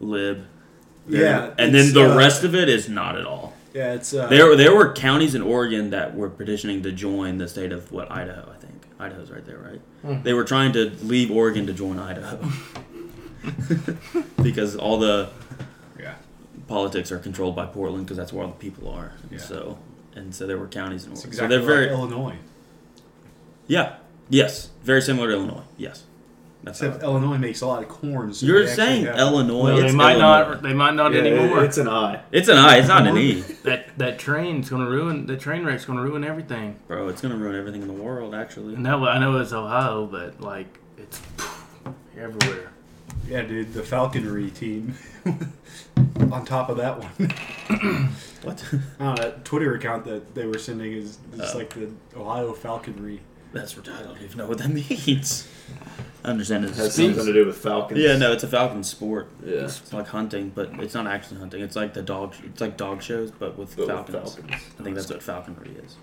S3: lib.
S8: yeah,
S3: and then
S8: it's,
S3: the
S8: uh,
S3: rest of it is not at all.
S8: Yeah, it's uh,
S3: There, there were counties in Oregon that were petitioning to join the state of what Idaho, I think. Idaho's right there, right?
S8: Hmm.
S3: They were trying to leave Oregon to join Idaho because all the
S8: Yeah.
S3: politics are controlled by Portland because that's where all the people are. And
S8: Yeah.
S3: So, and so there were counties in Oregon.
S8: It's
S3: so
S8: exactly
S3: they're very,
S8: like Illinois.
S3: yeah, yes, very similar to Illinois. Yes, that's how
S8: Except Illinois makes a lot of corn. So
S3: you're
S8: they actually
S3: saying
S8: have-
S3: Illinois.
S7: Well,
S3: it's
S7: they might
S3: Illinois.
S7: not. They might not
S2: Yeah, it-
S7: anymore.
S2: it's an eye.
S3: It's an I. It's not an E,
S7: that that train's gonna ruin. The train wreck's gonna ruin everything.
S3: bro. It's gonna ruin everything in the world, actually.
S7: No, I know it's Ohio, but like it's everywhere.
S8: Yeah, dude, the falconry team. On top of that one,
S3: What?
S8: I don't know, that Twitter account that they were sending is
S3: Oh.
S8: just like the Ohio falconry.
S3: That's what I don't even know what that means. I understand it's a
S2: Has
S3: sport.
S2: something to do with Falcons.
S3: Yeah, no, it's a falcon sport.
S2: Yeah.
S3: It's like hunting, but it's not actually hunting. It's like the dog. It's like dog shows, but with
S2: But with
S3: falcons.
S2: falcons.
S3: I think that's what falconry is.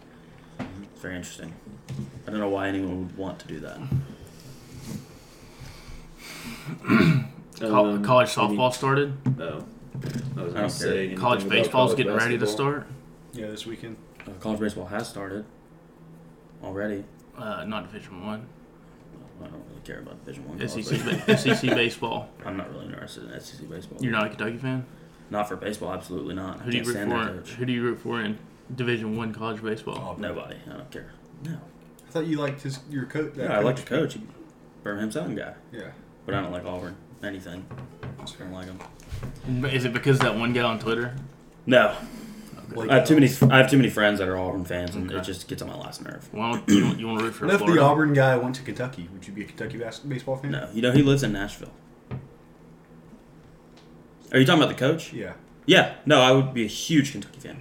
S3: It's very interesting. I don't know why anyone would want to do that.
S7: Co-
S2: Um,
S7: college
S2: any-
S7: softball started.
S2: No. I was
S3: I don't
S2: gonna
S3: care.
S2: say anything
S7: College
S2: about
S7: baseball's
S2: college
S7: getting ready to
S2: basketball.
S7: start.
S8: Yeah, this weekend.
S3: Uh, college baseball has started already.
S7: Uh, not Division One.
S3: I don't really care about Division One. college
S7: SEC
S3: baseball.
S7: ba- SEC baseball.
S3: I'm not really interested in SEC baseball.
S7: You're not a Kentucky fan.
S3: Not for baseball. Absolutely not. I
S7: Who do you
S3: can't
S7: root
S3: stand that
S7: for?
S3: coach.
S7: Who do you root for in Division One college baseball?
S3: Nobody. I don't care. No.
S8: I thought you liked his your coat.
S3: Yeah, I like the coach. He- Birmingham Southern guy.
S8: Yeah.
S3: But I don't like Auburn. Anything. I just don't like them.
S7: Is it because that one guy on Twitter?
S3: No,
S8: Blake
S3: I have too many. I have too many friends that are Auburn fans, and it just gets on my last nerve.
S7: Why don't you, you want to root for
S8: What if
S7: Florida?
S8: the Auburn guy went to Kentucky? Would you be a Kentucky bas- baseball fan?
S3: No, you know he lives in Nashville. Are you talking about the coach?
S8: Yeah.
S3: Yeah. No, I would be a huge Kentucky fan.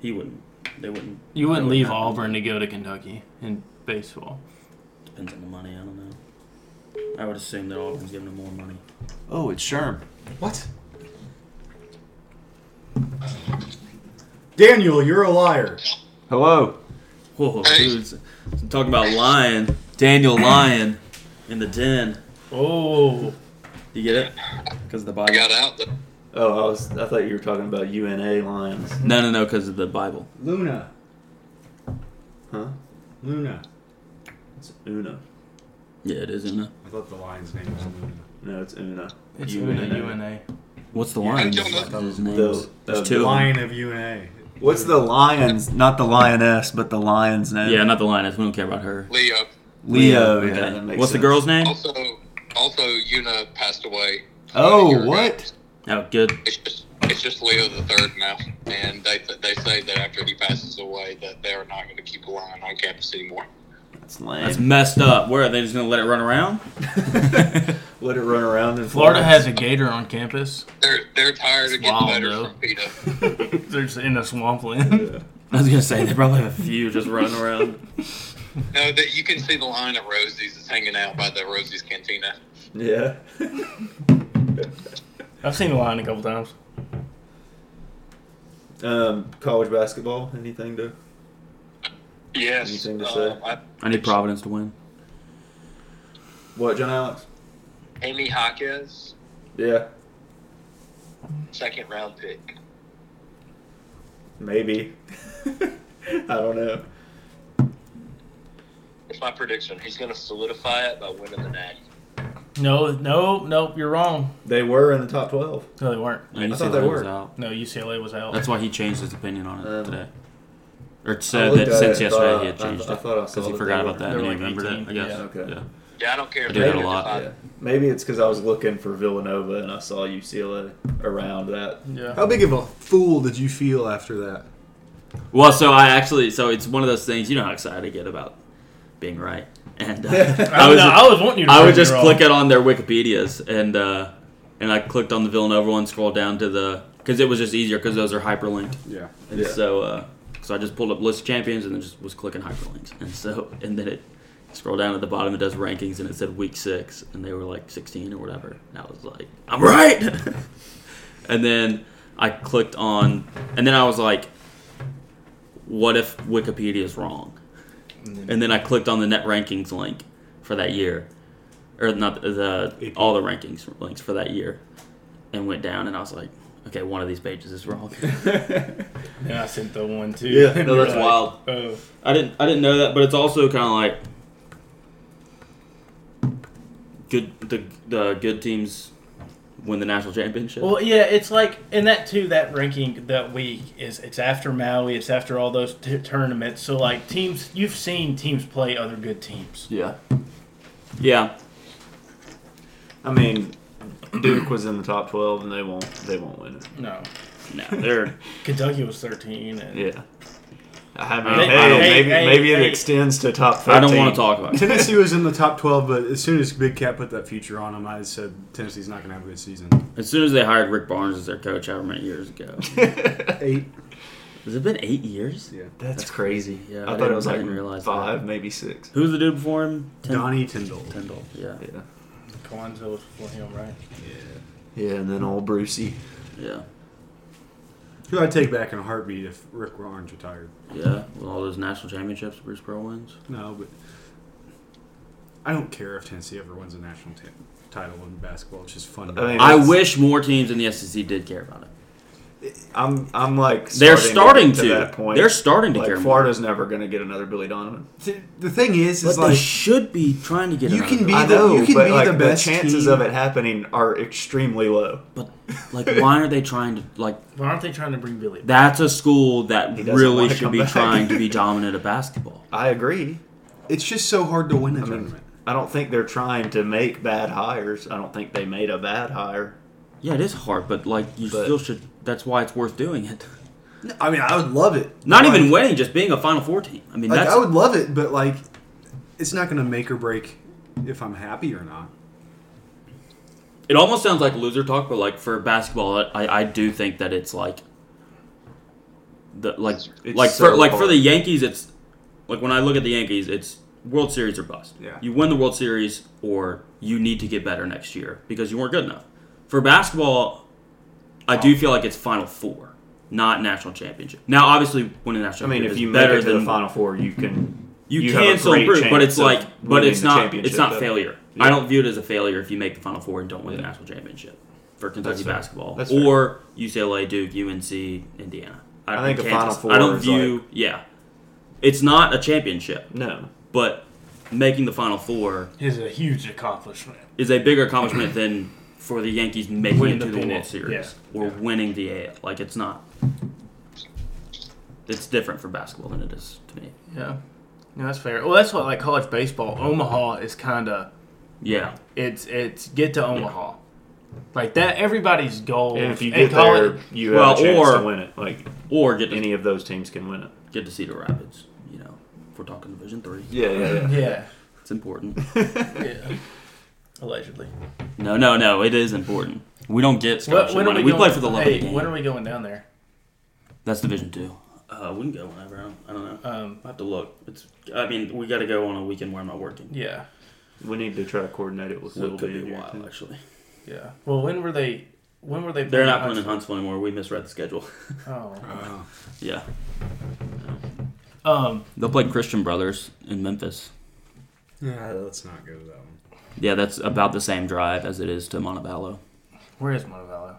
S3: He wouldn't. They wouldn't.
S7: You wouldn't
S3: That
S7: leave
S3: happen.
S7: Auburn to go to Kentucky in baseball.
S3: Depends on the money. I don't know. I would assume that Auburn's giving him more money.
S2: Oh, it's Sherm.
S8: What? Daniel, you're a liar.
S2: Hello.
S3: Whoa, dude. s- Talking about lion. Daniel Lion in the den.
S7: Oh,
S3: You get it? Because of the
S6: I
S3: Bible.
S6: got out. The,
S2: Oh, I was. I thought you were talking about UNA Lions.
S3: No, no, no, because of the Bible.
S8: Luna,
S2: Huh?
S8: Luna.
S2: It's Una.
S3: Yeah, it is Una.
S8: I thought the lion's name was Luna.
S2: No, it's Una.
S7: it's
S2: UNA.
S7: UNA. UNA.
S3: What's the lion?
S6: I don't know.
S3: His names.
S2: The-
S3: There's
S2: the
S3: two. of them.
S8: Lion of UNA.
S2: What's the lions? Not the lioness, but the lion's name.
S3: Yeah, not the lioness. We don't care about her.
S1: Leo.
S2: Leo.
S3: Okay.
S2: Yeah, that makes
S3: What's the
S2: sense.
S3: girl's name?
S6: Oh.
S1: Also, also, Una passed away.
S2: Oh,
S1: a year ago.
S2: what?
S3: Oh, good.
S1: It's just, it's just Leo the Third now, and they they say that after he passes away, that they are not going to keep a lion on campus anymore.
S2: That's lame.
S3: That's messed up. Where are they just gonna let it run around?
S2: Let it run around in
S7: Florida
S2: Florence.
S7: has a gator on campus.
S1: They're they're tired of getting
S7: Wow,
S1: letters
S7: bro.
S1: from PETA.
S7: They're just in a swampland.
S3: I was gonna say they probably have a few just running around.
S1: No, that you can see the line at Rosie's is hanging out by the Rosie's Cantina.
S2: Yeah.
S7: I've seen a lion a couple times.
S2: Um, college basketball. Anything to?
S1: Yes.
S2: Anything to say?
S1: um, I,
S3: I need Providence to win.
S2: What, John Alex?
S1: Amy Hawkins,
S2: Yeah.
S1: second round pick.
S2: Maybe. I don't know.
S1: It's my prediction. He's going to solidify it by winning the natty.
S7: No, no, no, you're wrong.
S2: They were in the top twelve.
S7: No, they weren't.
S3: I
S2: thought they were.
S3: Out.
S7: No, UCLA was out.
S3: That's why he changed his opinion on it
S2: Um,
S3: today, or
S2: I
S3: said
S2: looked
S3: that
S2: at
S3: since
S2: it,
S3: yesterday
S2: thought-
S3: he had
S2: I-
S3: changed
S2: I
S3: it
S2: thought I saw
S3: because he
S2: that
S3: forgot
S2: they
S3: about that
S7: were-
S3: and he
S7: they were like
S3: remembered it.
S7: 18,
S3: I guess.
S7: yeah.
S2: Okay.
S3: Yeah.
S1: Yeah, I don't care.
S3: I
S1: if
S3: do
S1: they
S3: that a lot.
S1: solidify
S2: Yeah. Maybe it's because I was looking for Villanova and I saw UCLA around that.
S7: yeah.
S8: How big of a fool did you feel after that?
S3: Well, so I actually, so it's one of those things. You know how excited I get about being right, and uh, I
S7: I
S3: was,
S7: was, no, I was wanting you to.
S3: I would
S7: prove me
S3: just
S7: wrong.
S3: click it on their Wikipedias, and uh, and I clicked on the Villanova one, scrolled down to the because it was just easier because those are hyperlinked,
S8: Yeah.
S3: and
S2: Yeah.
S3: so uh, so I just pulled up list of champions and then just was clicking hyperlinks, and so and then it scrolled down at the bottom it does rankings and it said week six and they were like 16 or whatever and I was like I'm right, and then I clicked on and then I was like, what if Wikipedia is wrong? And then I clicked on the net rankings link for that year, or not the all the rankings links for that year, and went down, and I was like, okay, one of these pages is wrong.
S7: And I sent the one too.
S2: Yeah,
S7: And
S3: no,
S7: you're
S3: that's
S7: like,
S3: wild.
S7: Oh,
S3: I didn't I didn't know that, but it's also kind of like good the the good teams win the national championship.
S7: well, yeah, it's like, and that too, that ranking that week is it's after Maui, it's after all those t- tournaments. So like teams, you've seen teams play other good teams.
S3: yeah, yeah.
S2: I mean, Duke was in the top twelve and they won't. They won't win it.
S7: No,
S3: No, they're
S7: Kentucky was thirteen, and
S2: Yeah. I mean,
S3: I don't-
S2: hey,
S3: I don't-
S2: maybe,
S7: hey,
S2: maybe it
S7: hey.
S2: extends to top 15.
S3: I don't want to talk about it.
S8: Tennessee was in the top 12, but as soon as Big Cat put that future on him, I said Tennessee's not going to have a good season.
S3: As soon as they hired Rick Barnes as their coach, however many years ago,
S8: Eight.
S3: has it been eight years?
S8: Yeah.
S2: That's crazy.
S3: Yeah, I
S2: I, thought
S3: didn't-
S2: it was
S3: I
S2: like
S3: didn't realize
S2: five,
S3: that.
S2: maybe six.
S3: Who's the dude before him? Ten-
S8: Donnie Tyndall.
S3: Tyndall. Yeah,
S2: Yeah.
S7: Kwanzaa was before him, right?
S2: Yeah, and then old Brucey.
S3: yeah,
S8: Who I'd take back in a heartbeat if Rick Barnes retired.
S3: yeah. With all those national championships, Bruce Pearl wins.
S8: No, but I don't care if Tennessee ever wins a national t- title in basketball. It's just fun.
S2: I mean,
S3: I
S2: Yes.
S3: wish more teams in the SEC did care about it.
S2: I'm, I'm like,
S3: They're starting
S2: get
S3: to.
S2: that point.
S3: They're starting to
S2: like,
S3: care more.
S2: Florida's never going to get another Billy Donovan.
S8: Th- the thing is, is
S3: But
S8: like
S3: they should be trying to get.
S8: You
S3: another
S8: can be
S3: vote.
S2: I
S8: the-
S2: know,
S8: you can
S2: but
S8: be
S2: like,
S8: the best
S2: chances
S8: team.
S2: of it happening are extremely low.
S3: but like, why are they trying to like?
S7: Why aren't they trying to bring Billy? back?
S3: That's a school that
S2: He doesn't
S3: really
S2: wanna
S3: should
S2: come
S3: be
S2: back.
S3: trying to be dominant at basketball.
S2: I agree.
S8: it's just so hard to win
S2: I
S8: a
S2: mean,
S8: tournament.
S2: I don't think they're trying to make bad hires. I don't think they made a bad hire.
S3: Yeah, it is hard, but like, you
S2: But-
S3: still should. That's why it's worth doing it.
S8: I mean, I would love it.
S3: Not
S8: Like-
S3: even winning, just being a Final Four team. I mean,
S8: Like
S3: that's
S8: I would love it, but like, it's not going to make or break if I'm happy or not.
S3: It almost sounds like loser talk, but like for basketball, I, I do think that it's like the like
S2: It's
S3: like
S2: so
S3: for like for
S2: hard.
S3: the Yankees, it's like when I look at the Yankees, it's World Series or bust.
S8: Yeah.
S3: you win the World Series or you need to get better next year because you weren't good enough. For basketball, I do feel like it's Final Four, not national championship. Now, obviously, winning
S2: I
S3: national.
S2: mean,
S3: championship
S2: if
S3: is
S2: you make
S3: better
S2: it to
S3: than
S2: the final four, you can
S3: you,
S2: you have
S3: can
S2: a
S3: still
S2: great
S3: improve, but
S2: chance
S3: it's
S2: of
S3: like, but
S2: winning
S3: it's
S2: the
S3: not,
S2: championship,
S3: it's not
S2: though.
S3: failure. I don't view it as a failure if you make the Final Four and don't win the national championship for Kentucky
S2: That's fair.
S3: basketball
S2: That's fair.
S3: or UCLA, Duke, UNC, Indiana.
S2: I think
S3: and
S2: a Final
S3: Kansas.
S2: Four
S3: I don't
S2: is
S3: view,
S2: like-
S3: yeah, it's not a championship,
S2: No,
S3: but making the Final Four
S7: is a huge accomplishment.
S3: is a bigger accomplishment than for the Yankees making
S7: Winning
S3: it to
S7: the
S3: the, World
S7: pennant,
S3: Series
S7: yeah,
S3: or
S7: yeah.
S3: winning the AL. Like it's not. It's different for basketball than it is to me.
S7: Yeah. No, that's fair. Well, that's what like college baseball. Omaha is kind of
S3: Yeah,
S7: it's it's get to Omaha, like that. Everybody's goal.
S2: and if you
S7: in
S2: get
S7: college-
S2: there, you have
S3: Well,
S2: a chance
S3: or-
S2: to win it. Like
S3: or get to,
S2: any of those teams can win it.
S3: get to Cedar Rapids. You know, if we're talking Division Three,
S2: Yeah, yeah,
S7: yeah,
S3: it's important.
S7: yeah, allegedly.
S3: no, no, no, it is important. We don't get
S7: What,
S3: scholarship
S7: when are
S3: money. We,
S7: we, going,
S3: play for the love of
S7: hey,
S3: the game.
S7: When are we going down there?
S3: That's Division Two. Uh, we can go whenever. I don't, I don't know.
S7: Um,
S3: I have to look. It's. I mean, we got to go on a weekend where I'm not working.
S7: yeah,
S2: We need to try to coordinate it with
S3: So
S2: Little
S3: it could
S2: Big
S3: be a
S2: here,
S3: while
S2: too.
S3: actually.
S7: yeah. Well, when were they? When were they?
S3: They're not playing in Huntsville anymore. We misread the schedule.
S7: Oh,
S8: Uh,
S3: yeah.
S7: um,
S3: They'll play Christian Brothers in Memphis.
S8: Yeah, let's not go to that one.
S3: Yeah, that's about the same drive as it is to Montebello,
S7: where is Montevallo?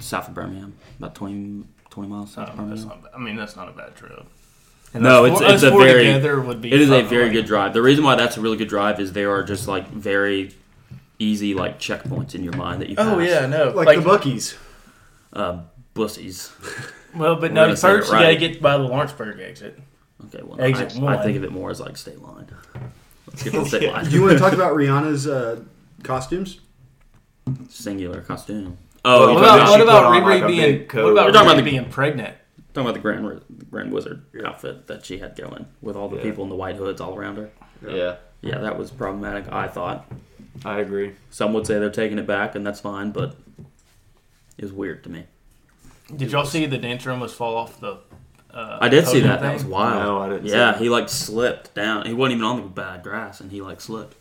S3: south of Birmingham, about 20, 20 miles south of
S7: Um, that's
S3: Birmingham.
S7: not, I mean, that's not a bad trip.
S3: Mm-hmm. No,
S7: us
S3: it's
S7: four-
S3: it's
S7: us
S3: a
S7: four
S3: very
S7: together would be
S3: it is a
S7: fun,
S3: very
S7: like-
S3: good drive. The reason why that's a really good drive is they are just like very easy like checkpoints in your mind that you pass.
S7: Oh yeah, no,
S8: Like, the Buckies.
S3: uh, bussies.
S7: Well, but
S3: We're
S7: no,
S3: gonna say it
S7: first you
S3: right.
S7: gotta get by the Lawrenceburg exit.
S3: Okay, well
S7: Exit
S3: I, I
S7: one.
S3: think of it more as like state line. Let's get to the state line.
S8: You want to talk about Rihanna's uh, costumes?
S3: Singular costume. Oh, you're
S2: Well, But
S7: What
S2: then
S7: about,
S2: she
S7: what
S2: put
S7: about
S2: on,
S7: Riri
S2: like, a
S7: being?
S2: big
S7: What
S2: coat.
S7: about
S2: We're
S3: talking
S7: Riri
S3: about the-
S7: being pregnant?
S3: talking about the Grand, Wiz- Grand Wizard outfit that she had going with all the
S2: Yeah.
S3: people in the white hoods all around her.
S2: yeah,
S3: Yeah, that was problematic, I thought.
S2: I agree.
S3: Some would say they're taking it back, and that's fine, but it was weird to me.
S7: Did y'all see the dancer almost fall off the? Uh,
S3: I did see
S7: podium
S3: that. That
S7: thing?
S3: was wild.
S2: No, I didn't see
S3: Yeah,
S2: that.
S3: he like slipped down. He wasn't even on the bad grass, and he like slipped.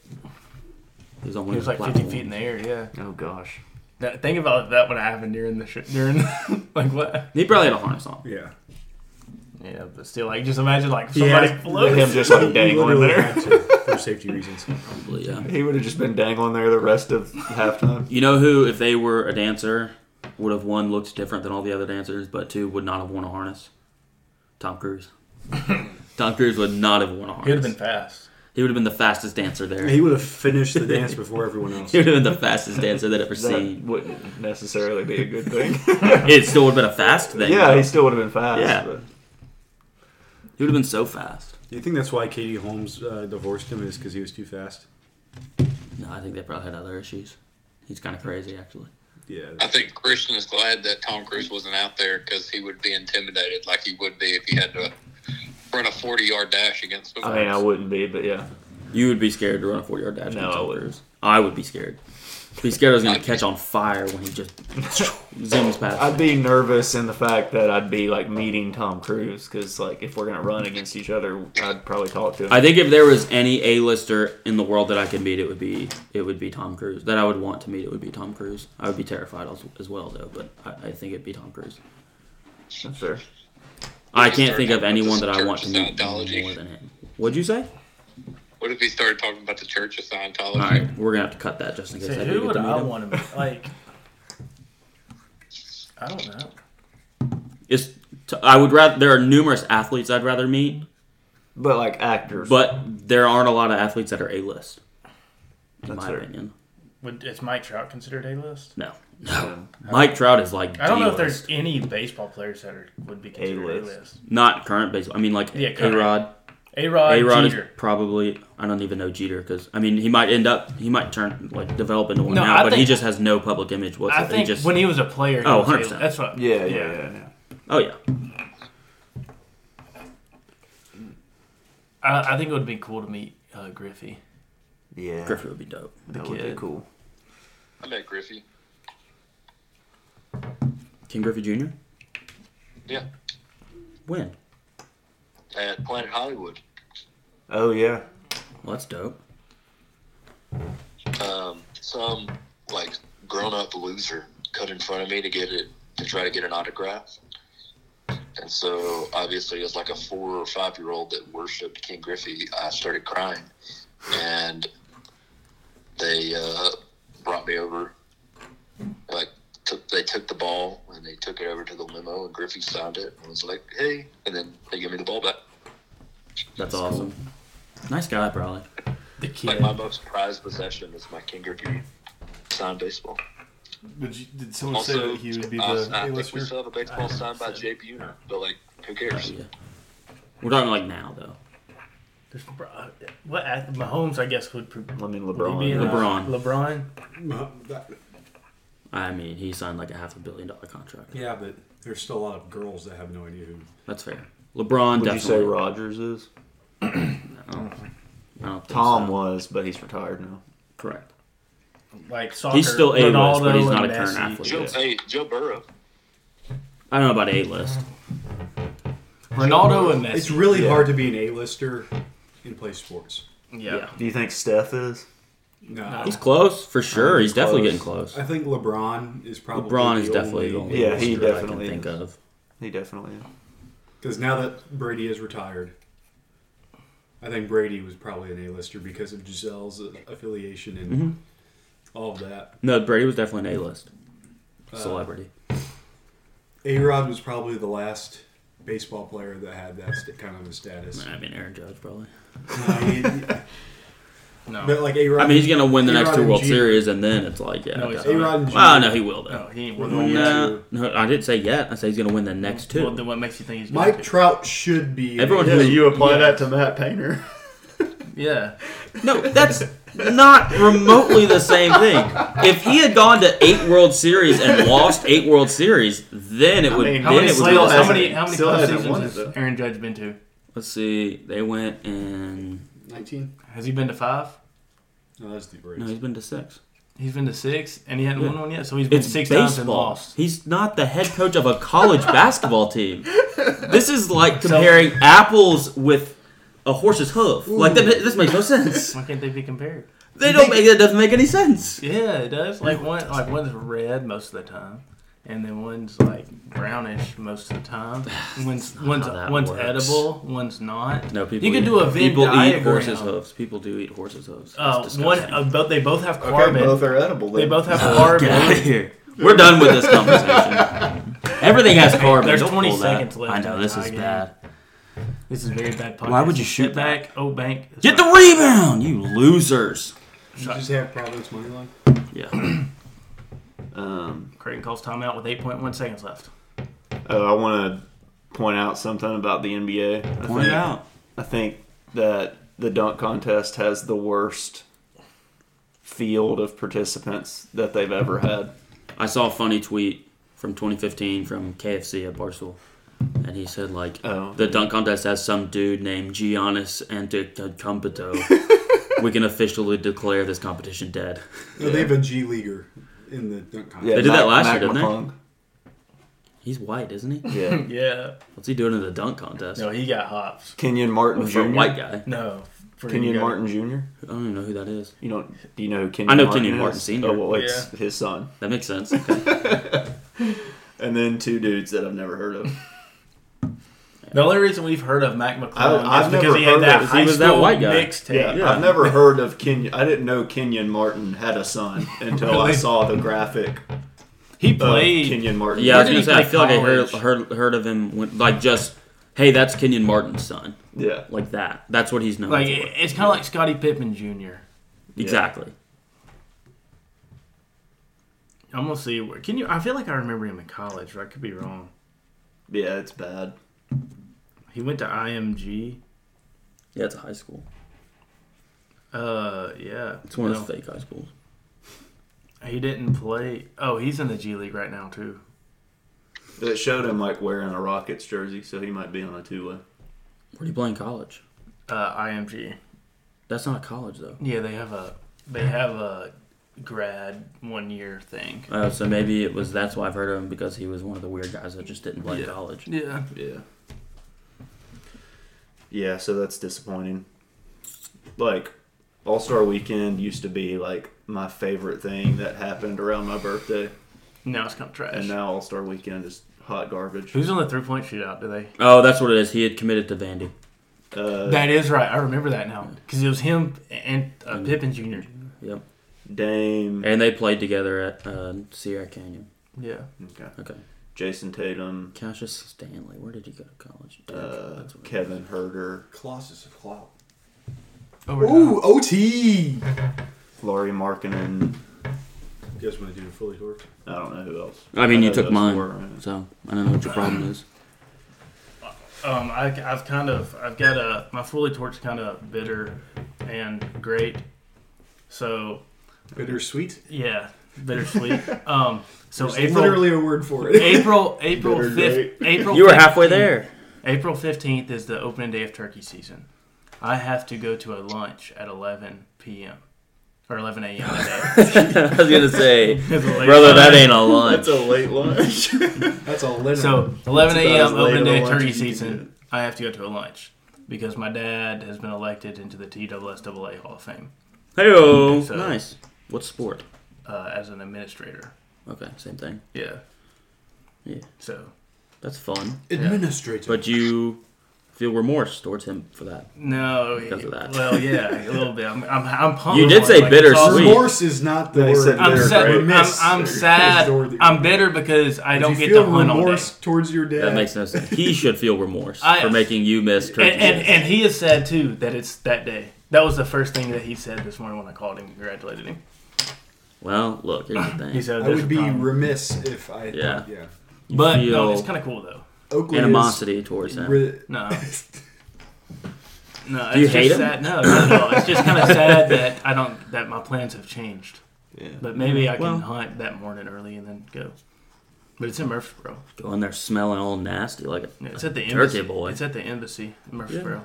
S3: He was on one
S7: He
S3: of
S7: was
S3: the
S7: like fifty
S3: platforms.
S7: feet in the air. Yeah.
S2: Oh gosh,
S7: That, think about if that would happen during the sh- during like what?
S3: He probably had a harness on.
S8: Yeah.
S7: Yeah, but still, like just imagine like
S8: Yeah.
S7: somebody floats.
S2: him just like dangling
S8: Literally
S2: there.
S8: had to, for safety reasons.
S3: Probably, yeah.
S2: He would have just been dangling there the rest of halftime.
S3: You know who, if they were a dancer, would have one looked different than all the other dancers, but two would not have worn a harness. Tom Cruise. Tom Cruise would not have worn a harness.
S7: He would have been fast.
S3: He would have been the fastest dancer there.
S8: He would have finished the dance before everyone else.
S3: He would have been the fastest dancer that ever
S2: That
S3: seen.
S2: wouldn't necessarily be a good thing.
S3: It still would have been a fast thing.
S2: yeah,
S3: though.
S2: he still would have been fast.
S3: Yeah.
S2: but-
S3: he would have been so fast.
S8: Do you think that's why Katie Holmes uh, divorced him is because he was too fast?
S3: No, I think they probably had other issues. He's kind of crazy, actually.
S8: Yeah.
S1: I think Christian is glad that Tom Cruise wasn't out there because he would be intimidated like he would be if he had to run a 40 yard dash against
S2: I mean,
S1: somebody.
S2: I wouldn't be, but Oh, yeah.
S3: You would be scared to run a 40 yard dash.
S2: No,
S3: against
S2: I
S3: Tom
S2: wouldn't.
S3: Cruise. I would be scared. Be scared I was going to catch on fire when he just zooms past.
S2: I'd be nervous in the fact that I'd be like meeting Tom Cruise because like if we're gonna run against each other, I'd probably talk to him.
S3: I think if there was any A-lister in the world that I could meet, it would be it would be Tom Cruise. That I would want to meet, it would be Tom Cruise. I would be terrified as, as well, though. But I, I think it'd be Tom Cruise.
S2: That's fair.
S3: I can't think of anyone that I want to
S1: Church
S3: meet
S1: Scientology.
S3: more than him. What'd you say?
S1: What if he started talking about the Church of Scientology?
S3: All right, we're gonna have to cut that just in case
S7: So
S3: I do
S7: who
S3: get
S7: would
S3: to meet
S7: I
S3: him.
S7: want to be? Like, I don't know.
S3: It's t- I would rather there are numerous athletes I'd rather meet,
S2: But like actors,
S3: but there aren't a lot of athletes that are A-list. In
S2: That's
S3: my
S2: fair.
S3: opinion,
S7: Would is Mike Trout considered A list?
S3: no, no. Mike Trout is like
S7: I don't know if
S3: D-list.
S7: there's any baseball players that are, would be considered A
S2: A-list.
S7: list.
S3: not current baseball. I mean, like
S7: Yeah,
S3: A
S7: current.
S3: Rod.
S7: A Rod,
S3: A Rod is
S7: Jeter.
S3: probably I don't even know Jeter because I mean he might end up he might turn like develop into one
S7: No,
S3: now,
S7: I
S3: but he
S7: think-
S3: just has no public image
S7: I
S3: whatsoever.
S7: think
S3: he just,
S7: when he was a player, he
S3: Oh,
S7: was A-
S3: 100%.
S7: That's what.
S2: yeah, yeah, yeah, yeah.
S3: oh yeah,
S7: I, I think it would be cool to meet uh, Griffey.
S2: Yeah,
S3: Griffin would be dope.
S2: that
S7: would be kid.
S2: cool.
S1: I met Griffey.
S3: King Griffey Jr.
S1: Yeah,
S3: When?
S1: at Planet Hollywood.
S2: Oh yeah,
S3: Well, that's dope.
S1: Um, some like grown up loser cut in front of me to get it to try to get an autograph. And so, obviously, as like a four or five year old that worshipped King Griffey, I started crying. And they uh, brought me over. Like, took, they took the ball and they took it over to the limo, and Griffey signed it and was like, hey. And then they gave me the ball back.
S3: That's awesome. Nice guy, probably.
S7: The
S1: Like,
S7: kid.
S1: my most prized possession is my King Griffey signed baseball.
S4: Did, you, did someone say
S1: Also,
S4: that he would be
S1: uh,
S4: the
S1: I think we
S4: A-lister?
S1: still have a
S8: Uh,
S1: baseball signed by Jay Buhner, but like, who cares?
S3: Yeah. We're talking like now though.
S7: There's LeBron. What? ath- Mahomes, I guess, would. pro-
S2: I mean,
S7: Would he be in
S2: LeBron.
S7: the-
S3: LeBron.
S7: LeBron.
S3: I mean, he signed like a half a billion dollar contract.
S8: Yeah, but there's still a lot of girls that have no idea who.
S3: That's fair. LeBron
S2: Would you say
S3: definitely.
S2: Rogers is?
S3: I don't think
S2: Tom
S3: so.
S2: was, but he's retired now.
S3: Correct.
S7: Like soccer.
S3: He's still A-list,
S7: Ronaldo
S3: but he's not
S7: and
S3: a current
S7: Messi.
S3: athlete.
S1: Joe,
S3: Yeah.
S1: Hey, Joe Burrow.
S3: I don't know about A list.
S7: Ronaldo and Messi.
S8: It's really
S2: Yeah.
S8: hard to be an A-lister and play sports.
S7: yeah.
S3: Yeah.
S2: Do you think Steph is?
S8: No,
S3: He's close for sure.
S2: he's
S3: He's definitely
S2: close.
S3: getting close.
S8: I think LeBron is probably
S3: LeBron
S8: the
S3: is definitely the only
S2: Yeah, he
S3: roster
S2: definitely
S3: I can think
S2: is.
S3: of.
S2: He definitely is.
S8: because now that Brady is retired, I think Brady was probably an A-lister because of Giselle's uh, affiliation and
S3: Mm-hmm.
S8: all of that.
S3: No, Brady was definitely an A list celebrity.
S8: A-Rod was probably the last baseball player that had that st- kind of a status.
S3: I mean, Aaron Judge probably.
S8: No, he-
S7: No.
S8: but like A-Rod,
S3: I mean, he's gonna win the next
S8: A-Rod
S3: two
S8: and
S3: World
S8: G-
S3: Series, and then it's like, yeah.
S7: No, he's
S3: okay.
S7: not.
S8: A-Rod and G-
S3: Well, no, he will though.
S7: No, he ain't
S8: Well,
S7: one
S8: then
S7: of
S8: yeah.
S7: them.
S3: No, no, I didn't say yet. I said he's gonna win the next two.
S7: Well, then what makes you think he's going
S8: Mike
S7: to?
S8: Trout should be. an
S3: Everyone
S8: A-lister.
S3: who-
S2: you apply
S7: Yeah.
S2: that to Matt Painter?
S7: Yeah.
S3: No, that's not remotely the same thing. If he had gone to eight World Series and lost eight World Series, then it would.
S2: mean,
S7: How
S3: then
S7: many,
S3: it was
S2: still
S7: how,
S3: really
S2: has-
S3: somebody-
S7: many, how many
S2: still hasn't
S7: postseasons
S2: won it,
S7: has
S2: though.
S7: Aaron Judge been to?
S3: Let's see. They went in.
S8: 19.
S7: Has he been to five?
S8: No, that's the Braves.
S3: No, he's been to six.
S7: He's been to six, and he hadn't
S3: Yeah.
S7: won one yet. So he's been
S3: It's
S7: six times and
S3: baseball.
S7: lost.
S3: He's not the head coach of a college basketball team. This is like comparing apples with a horse's hoof. Like that, this makes no sense.
S7: Why can't they be compared?
S3: They don't make that doesn't make any sense.
S7: Yeah, it does. Like one, like one's red most of the time, and then one's like brownish most of the time. One's one's
S3: how that
S7: one's
S3: works.
S7: edible, one's not.
S3: No, people.
S7: You
S3: eat,
S7: could do a Venn
S3: people
S7: diagram.
S3: eat horses' hooves. People do eat horses' hooves.
S7: Uh,
S3: It's
S7: one,
S3: disgusting.
S7: uh, both they both have carbon.
S2: are edible.
S7: they both have
S3: Get out of
S7: carbon.
S3: here. We're done with this conversation. Everything has carbon.
S7: There's
S3: Don't
S7: 20
S3: pull that.
S7: seconds left
S3: I know
S7: on
S3: this
S7: the
S3: is
S7: tie
S3: bad.
S7: This is very bad. Podcast.
S3: Why would you shoot
S7: Sit back? Oh, bank.
S3: Get the rebound, you losers.
S8: You just have Providence money line.
S3: Yeah.
S2: Um,
S7: Creighton calls timeout with 8.1 seconds left.
S2: oh, I want to point out something about the NBA. I
S3: Point it
S2: think-
S3: out.
S2: I think that the dunk contest has the worst field of participants that they've ever had.
S3: I saw a funny tweet from 2015 from KFC at Barstool, and he said like
S2: Oh.
S3: the dunk contest has some dude named Giannis Antetokounmpo. we can officially declare this competition dead.
S8: No, they have a G leaguer in the dunk contest.
S3: They did that last year,
S2: didn't
S3: He's white, isn't he?
S2: they? Yeah,
S7: Yeah.
S3: What's he doing in the dunk contest?
S7: No, he got hops.
S2: Kenyon Martin
S3: He's a
S2: Jr.
S3: white guy.
S7: No. for
S2: Kenyon
S7: you guys.
S2: Martin Jr.
S3: I don't even know who that is.
S2: You don't? Do you know who Kenyon?
S3: I know
S2: Martin
S3: Kenyon
S2: is?
S3: Martin Senior.
S2: Oh well, it's his son.
S3: That makes sense. Okay.
S2: And then two dudes that I've never heard of.
S7: The only reason we've heard of Mac McClellan is
S2: I've
S7: because
S2: never
S7: he
S2: heard
S7: had that
S2: of-
S7: high
S3: he was that
S7: school
S3: white guy.
S7: mixtape.
S2: Yeah,
S3: Yeah.
S2: I've never heard of Kenyon. I didn't know Kenyon Martin had a son until I
S7: Really?
S2: saw the graphic
S7: He
S2: of
S7: played.
S2: Kenyon Martin.
S3: Yeah, I was
S7: Where
S3: gonna
S7: did
S3: say
S7: he
S3: I
S7: play
S3: feel like I heard,
S7: college?
S3: heard heard of him when, like just hey, that's Kenyon Martin's son,
S2: yeah.
S3: like that. That's what he's known
S7: Like
S3: for.
S7: it- it's kind of like Scottie Pippen Jr.
S3: exactly.
S7: I'm gonna see. Where, can you? I feel like I remember him in college. But I could be wrong.
S2: Yeah, it's bad.
S7: He went to IMG.
S3: Yeah, it's a high school.
S7: Uh, yeah.
S3: It's one of
S7: No.
S3: those fake high schools.
S7: He didn't play. Oh, he's in the G League right now too.
S2: It showed him like wearing a Rockets jersey, so he might be on a two way.
S3: Where do you play in college?
S7: Uh, IMG.
S3: That's not a college though.
S7: Yeah, they have a they have a grad one year thing.
S3: Uh, so maybe it was that's why I've heard of him because he was one of the weird guys that just didn't play in college.
S7: Yeah.
S2: Yeah. Yeah, so that's disappointing. Like, All Star Weekend used to be like my favorite thing that happened around my birthday,
S7: Now it's kind of trash.
S2: and now All Star Weekend is hot garbage.
S7: Who's on the three point shootout today?
S3: Oh, that's what it is. He had committed to Vandy.
S2: Uh,
S7: That is right. I remember that now because it was him and uh, Pippen Jr.
S3: Yep.
S2: Dame,
S3: And they played together at uh, Sierra Canyon.
S7: Yeah.
S2: okay.
S3: Okay.
S2: Jason Tatum,
S3: Cassius Stanley. Where did he go to college? Denver,
S2: uh,
S3: that's what-
S2: Kevin Herder,
S4: Colossus of Cloud.
S7: Ooh.
S8: OT.
S2: Laurie Markkinen.
S8: You guys want to do fully torqued?
S2: I don't know who else.
S3: I mean, you
S2: know
S3: took
S2: those
S3: mine.
S2: four, right?
S3: So I don't know what your problem is.
S7: Um, I, I've kind of, I've got a, my fully torched kind of bitter and great. So,
S8: Bittersweet.
S7: yeah, bittersweet. um, so
S8: There's
S7: April,
S8: literally a word for it.
S7: April, April
S8: Bitter
S7: fifth, April.
S3: You were
S7: 15th
S3: halfway there.
S7: April fifteenth is the opening day of turkey season. I have to go to a lunch at eleven p.m. or eleven a.m. today.
S3: I was gonna say,
S7: It's a late
S3: brother, that
S7: time.
S3: ain't a lunch.
S2: late lunch.
S8: That's all Leonard.
S7: So, 11
S8: It's about as
S7: a.m.
S8: late
S7: opening
S8: of a
S7: day
S8: lunch
S7: turkey
S8: as you can get.
S7: season. I have to go to a lunch because my dad has been elected into the TWSAA Hall of Fame
S3: Hey,
S7: So-
S3: nice. What sport?
S7: uh, as an administrator.
S3: Okay, same thing.
S7: Yeah.
S3: Yeah.
S7: So
S3: That's fun.
S8: administrator.
S3: But you feel remorse towards him for that.
S7: no.
S3: Because of that.
S7: Well, yeah, a little bit. I'm, I'm, I'm pumped.
S3: You did say
S7: Like, it's all-
S3: bittersweet.
S8: Remorse is not the
S2: They
S8: word.
S2: said
S7: I'm
S2: They're
S7: sad.
S2: great.
S7: I'm, I'm sad. I'm bitter because I don't
S8: you
S7: get
S8: feel
S7: to hunt all day.
S8: remorse towards your dad.
S3: That makes no sense. He should feel remorse
S7: I-
S3: for making you miss turkey.
S7: And, and, and he is sad too that it's that day. That was the first thing that he said this morning when I called him and congratulated him.
S3: well, look, here's the
S7: He
S3: thing.
S7: said,
S8: I
S7: "There's
S8: would
S7: a
S8: be
S7: problem."
S8: remiss if I.
S3: Yeah.
S8: yeah.
S7: But no,
S3: feel-
S7: it's kind of cool though.
S8: Oakland is-
S3: Animosity towards him.
S8: re-
S7: No, no. It's
S3: you
S7: just
S3: hate him?
S7: sad. No, not at all. It's just kind of sad that I don't that my plans have changed.
S2: Yeah.
S7: But maybe I can
S3: Well-
S7: hunt that morning early and then go. But it's in Murfreesboro.
S3: Go in there smelling all nasty like a
S7: Yeah, It's at the
S3: Turkey
S7: embassy.
S3: boy.
S7: It's at the embassy, in Murfreesboro.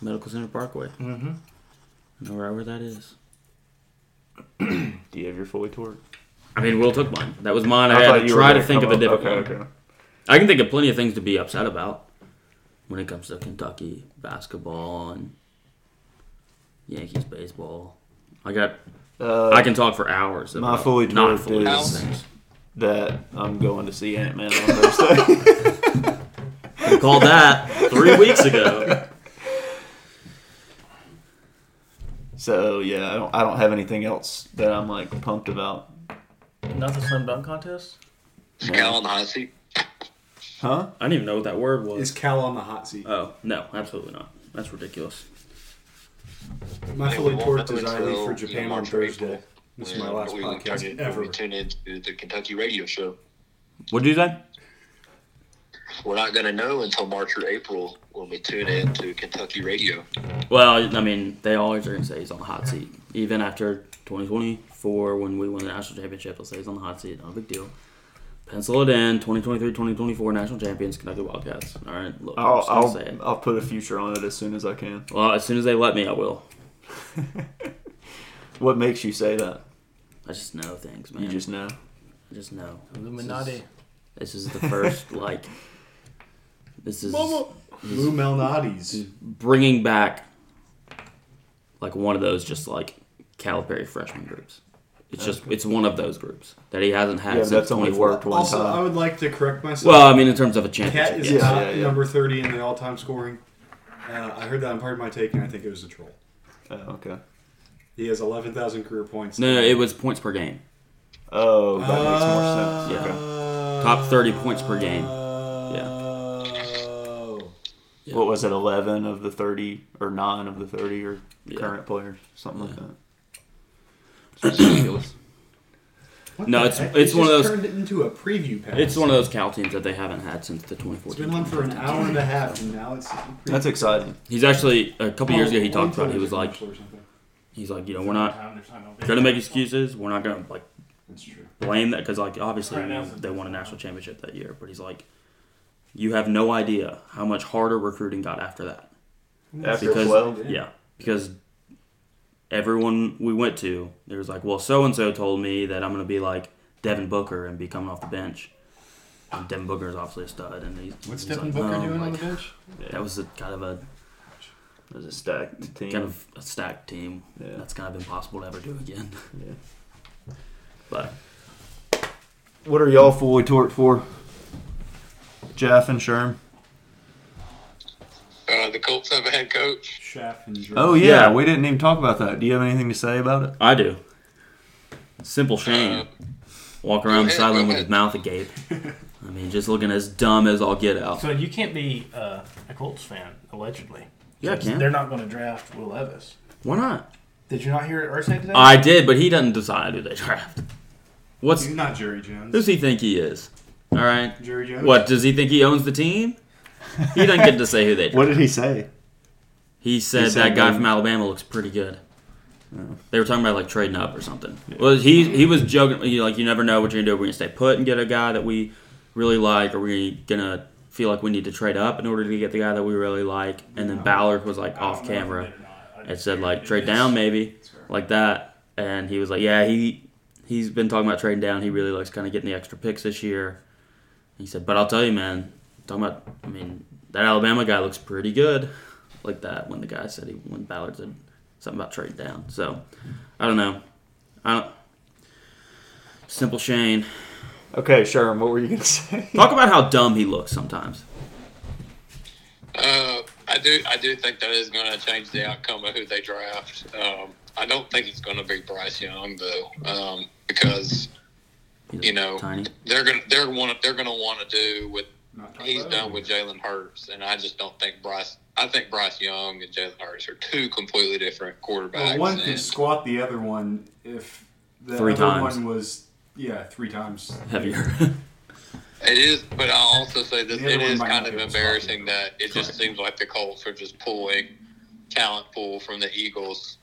S3: Medical Center Parkway.
S7: Mm-hmm.
S3: I know right where that is.
S2: Do you have your fully torqued?
S3: I mean, Will took mine. That was mine. I, had to try to
S2: gonna
S3: think
S2: come
S3: of a
S2: up-
S3: different one.
S2: Okay, okay.
S3: I can think of plenty of things to be upset about when it comes to Kentucky basketball and Yankees baseball. I got.
S2: Uh,
S3: I can talk for hours.
S2: my
S3: about
S2: fully
S3: not
S2: dwarfed
S3: fully
S2: is-
S3: dwarfed things.
S2: that I'm going to see Ant Man on Thursday.
S3: We called that three weeks ago.
S2: so yeah, I don't I don't have anything else that I'm like pumped about.
S7: Not the slam dunk contest.
S1: Cal on the hot seat.
S2: Huh?
S3: I didn't even know what that word was.
S8: is Cal on the hot seat?
S3: oh no, absolutely not. That's ridiculous.
S8: My
S1: Yeah,
S8: fully
S1: we won't
S8: torqued
S1: know
S8: is I leave
S1: until,
S8: for
S1: you
S8: Japan
S1: know,
S8: on
S1: March or April,
S8: Thursday. This is my
S1: when
S8: last
S1: we will tune
S8: podcast
S1: in- when
S8: ever.
S1: We tune into the Kentucky radio show.
S3: What did you say?
S1: We're not going to know until March or April when we tune in to Kentucky radio.
S3: Well, I mean, they always are gonna say he's on the hot seat, even after 2024 when we won the national championship. They'll say he's on the hot seat. No big deal. Pencil it in. 2023-2024 national champions, Kentucky Wildcats. All right, look, I'm
S2: I'll
S3: just gonna say it.
S2: I'll, I'll put a future on it as soon as I can.
S3: Well, as soon as they let me, I will.
S2: What makes you say that?
S3: I just know things, man.
S2: You just know.
S3: I just know.
S7: Illuminati.
S3: This is the first like. This is
S8: Lou Malnati's.
S3: bringing back like one of those just like Calipari freshman groups. It's just it's one of those groups that he hasn't had
S2: Yeah, but
S3: since
S2: that's only
S3: 24.
S2: worked one
S8: Also, I
S2: time.
S8: would like to correct myself.
S3: Well, um, I mean, in terms of a
S8: Cat
S3: championship,
S8: is
S2: Yeah,
S8: not
S2: yeah, yeah.
S8: number 30 in the all time scoring. Uh, I heard that on part of my take, and I think it was a troll.
S2: Oh, okay.
S8: He has 11,000 career points. Uh,
S3: no, no, it was points per game.
S2: Oh, that makes more sense.
S3: yeah.
S2: Okay.
S3: Top 30 points per game.
S8: Oh.
S2: What was it? Eleven of the thirty, or nine of the thirty, or
S3: Yeah.
S2: current players, something like
S3: Yeah.
S2: that. It's ridiculous.
S8: What
S3: No,
S8: the
S3: it's-
S8: heck?
S3: it's
S8: They
S3: one of
S8: just
S3: those-
S8: turned it into a preview pass.
S3: It's one of those Cal teams that they haven't had since the
S8: It's
S3: 2014.
S8: been on for an hour and a half, and now it's. Oh,
S2: That's exciting.
S3: He's actually a couple years ago he talked about it. he was like
S8: Or something.
S3: he's like you know we're not gonna
S7: Gonna
S3: make excuses. We're not gonna like
S8: That's true.
S3: blame that because like obviously
S7: Right now,
S3: they won a national championship that year, but he's like, you have no idea how much harder recruiting got after that.
S2: After
S3: Because-
S2: twelve,
S3: Yeah, because everyone we went to, there was like, well, so and so told me that I'm gonna be like Devin Booker and be coming off the bench. And Devin Booker is obviously a stud, and he's
S8: What's
S3: he's
S8: Devin
S3: like,
S8: Booker
S3: "Oh,"
S8: doing on
S3: like,
S8: the bench?
S3: That was a kind of a
S2: it was a stacked team.
S3: kind of a stacked team.
S2: Yeah.
S3: That's kind of impossible to ever do again.
S2: Yeah.
S3: But
S2: What are y'all fully torqued for? Jeff and Sherm?
S6: Uh, the Colts have a head coach.
S8: Shaft and Drew.
S2: Oh yeah,
S3: Yeah.
S2: we didn't even talk about that. Do you have anything to say about it?
S3: I do. Simple Shane. Walk around the
S6: ahead,
S3: sideline
S6: go
S3: with
S6: ahead.
S3: his mouth agape. I mean, just looking as dumb as I'll get out.
S7: So you can't be uh, a Colts fan, allegedly.
S3: Yeah, I
S7: They're
S3: can.
S7: not going to draft Will Levis.
S3: Why not?
S7: Did you not hear it Ursay today?
S3: I did, but he doesn't decide who they draft. What's
S8: He's not Jerry Jones.
S3: who's he think he is? All right.
S8: Jerry Jones.
S3: What does he think he owns the team? He doesn't get to say who they.
S2: What did he say?
S3: He said
S2: He said
S3: that guy
S2: they- Oh.
S3: from Alabama looks pretty good. They were talking about like trading up or something. Well, he he was joking. He, like you never know what you're gonna do. We're gonna stay put and get a guy that we really like, or we're gonna feel like we need to trade up in order to get the guy that we really like. And
S2: Oh.
S3: then Ballard was like off camera and said like trade down maybe like that. And he was like, yeah, he he's been talking about trading down. He really likes kind of getting the extra picks this year. He said, but I'll tell you, man, talking about I mean that Alabama guy looks pretty good like that when the guy said he when Ballard said something about trade down. So I don't know. I don't. Simple Shane.
S2: Okay, Sherm, what were you gonna say?
S3: Talk about how dumb he looks sometimes.
S6: Uh, I do. I do think that is going to change the outcome of who they draft. Um, I don't think it's going to be Bryce Young though, um, because
S3: He's
S6: you know
S3: tiny.
S6: they're going to they're want they're going to want to do with
S8: Not Todd
S6: he's
S8: Bowles.
S6: done with Jalen Hurts, and I just don't think Bryce. I think Bryce Young and Jalen Hurts are two completely different quarterbacks.
S8: Well, one
S6: and-
S8: can squat the other one if the
S3: Three
S8: other
S3: times.
S8: one was yeah three times
S3: Heavier.
S6: It is, but I'll also say that
S8: The other
S6: it
S8: one
S6: is
S8: might
S6: kind
S8: not
S6: of
S8: be as
S6: embarrassing that it just
S3: Correct.
S6: seems like the Colts are just pulling talent pool from the Eagles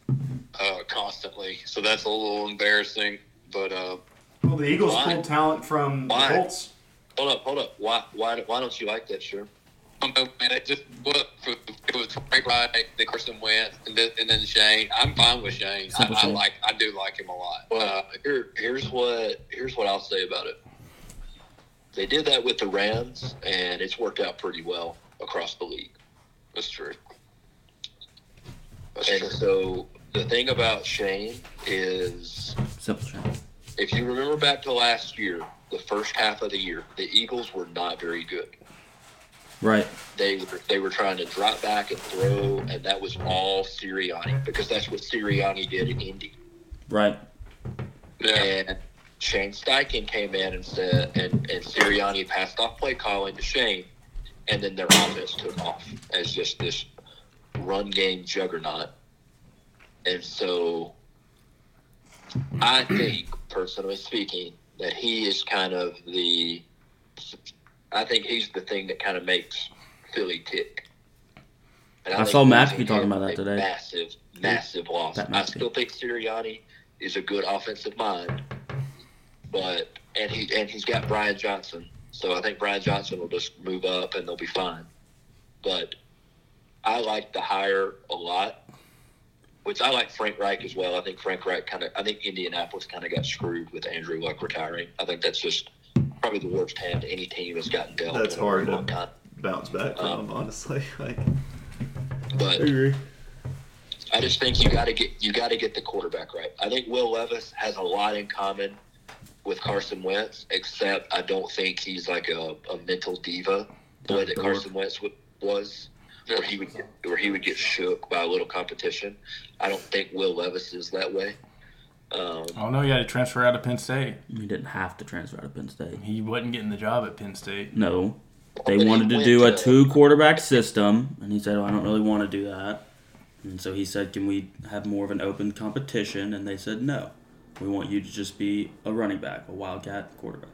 S6: uh, constantly. So that's a little embarrassing. But uh,
S8: Well, the Eagles
S6: Why?
S8: pulled talent from
S6: Why?
S8: the Colts.
S6: hold up, hold up. Why, why, why don't you like that, sure? I don't know, man. It just what it was Frank Wright, the Carson Wentz, and then, and then Shane. I'm fine with Shane. I,
S3: Simple
S6: I
S3: Shane.
S6: like, I do like him a lot. Uh, here, here's what, here's what I'll say about it. They did that with the Rams, and it's worked out pretty well across the league.
S9: That's true.
S6: and so the thing about Shane is,
S3: Simple Shane.
S6: if you remember back to last year, the first half of the year, the Eagles were not very good.
S3: Right.
S6: They were, they were trying to drop back and throw, and that was all Sirianni because that's what Sirianni did in Indy.
S3: Right.
S6: And Shane Steichen came in and said, and, and Sirianni passed off play calling to Shane, and then their offense took off as just this run game juggernaut. And so I think, personally speaking, that he is kind of the, I think he's the thing that kind of makes Philly tick. And
S3: I
S6: think
S3: saw Matt
S6: losing
S3: be talking
S6: him
S3: about that
S6: is a
S3: today.
S6: Massive, massive loss.
S3: Pat
S6: I
S3: Matt.
S6: still think Sirianni is a good offensive mind, but and he and he's got Brian Johnson, so I think Brian Johnson will just move up and they'll be fine. But I like the hire a lot, which I like Frank Reich as well. I think Frank Reich kind of, I think Indianapolis kind of got screwed with Andrew Luck retiring. I think that's just probably the worst hand any team has gotten dealt.
S2: That's
S6: in a
S2: hard to-
S6: long time.
S2: Bounce back from honestly. Like
S6: But I just think you got to get you got to get the quarterback right. I think Will Levis has a lot in common with Carson Wentz, except I don't think he's like a, a mental diva the way that Carson Wentz w- was, where he would get, where he would get shook by a little competition. I don't think Will Levis is that way. Um,
S7: Oh no, he had to transfer out of Penn State.
S3: He didn't have to transfer out of Penn State.
S7: He wasn't getting the job at Penn State.
S3: No. They
S6: But he
S3: wanted to
S6: went
S3: do a
S6: to-
S3: two quarterback system, and he said, oh, I don't really want to do that. And so he said, Can we have more of an open competition? And they said, No. We want you to just be a running back, a wildcat quarterback.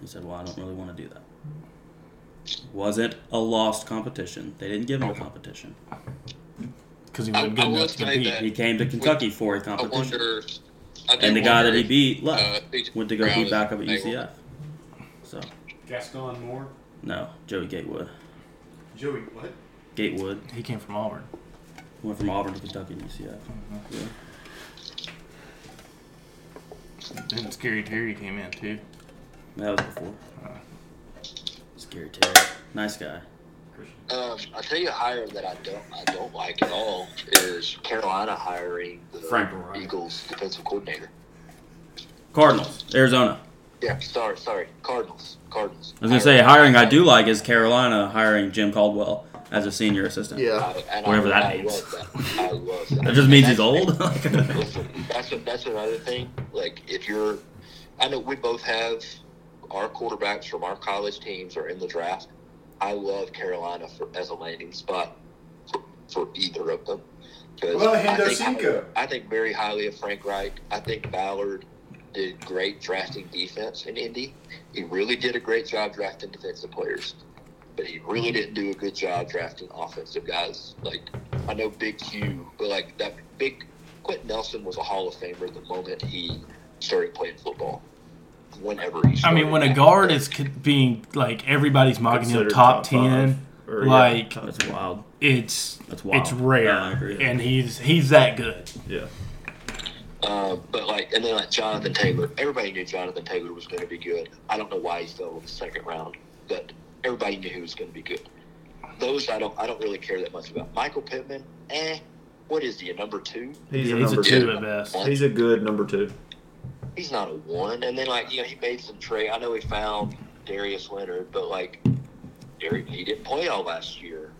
S3: He said, Well, I don't really want to do that. Wasn't a lost competition. They didn't give him a competition.
S7: Because he
S6: I-
S7: wasn't
S6: I
S7: good
S6: will
S7: enough to
S6: say
S7: compete.
S6: that-
S3: He came to Kentucky for a
S6: I
S3: competition.
S6: wonder. I do
S3: and the guy
S6: wonder
S3: that he
S6: if-
S3: beat
S6: uh,
S3: left.
S6: P.J.
S3: went to go
S6: Brown
S3: be
S6: is
S3: backup at
S6: able-
S3: UCF. So,
S8: Gaston Moore.
S3: no, Joey Gatewood.
S8: Joey, what?
S3: Gatewood
S7: He came from Auburn.
S3: went from Auburn to Kentucky to UCF. Yeah.
S7: Then Scary Terry came in too.
S3: That was before. Scary Terry. Nice guy.
S6: Um, I'll tell you a hire that I don't I don't like at all is Carolina hiring the
S3: Frank
S6: Eagles defensive coordinator.
S3: Cardinals, Arizona.
S6: Yeah, sorry, sorry. Cardinals. Cardinals.
S3: I was gonna say hiring I do like is Carolina hiring Jim Caldwell as a senior assistant.
S6: I,
S8: Yeah.
S6: and
S3: Whatever
S6: I,
S3: that
S6: I
S3: means.
S6: Love that. I love that.
S3: That just means he's
S6: That's-
S3: old.
S6: Listen, that's a, that's another thing. Like if you're, I know we both have our quarterbacks from our college teams are in the draft. I love Carolina for, as a landing spot for, for either of them. 'Cause
S8: Well,
S6: I
S8: Hendo
S6: think-
S8: Cinco.
S6: I think very highly of Frank Reich. I think Ballard did great drafting defense in Indy. He really did a great job drafting defensive players, but he really didn't do a good job drafting offensive guys. Like I know Big Q, but like that big Quentin Nelson was a Hall of Famer the moment he started playing football. Whenever
S7: I
S6: he, started
S7: mean, when a
S6: back.
S7: guard is c- being like everybody's mocking him
S2: Considered
S7: top,
S2: top
S7: ten,
S2: five, or, yeah,
S7: like
S3: That's wild.
S7: it's
S3: That's wild.
S7: it's rare,
S3: Yeah, I agree.
S7: and he's he's that good.
S2: Yeah.
S6: Uh, but like, and then like Jonathan Taylor, everybody knew Jonathan Taylor was going to be good. I don't know why he fell in the second round, but everybody knew he was going to be good. Those I don't, I don't really care that much about. Michael Pittman, eh? What is he? A number two?
S2: He's
S7: Yeah,
S2: a
S7: he's a
S2: number
S7: two
S2: two.
S7: at best.
S6: One?
S2: He's a good number two.
S6: he's not a one. And then like you know he made some trade. I know he found Darius Leonard, but like Darius, he didn't play all last year.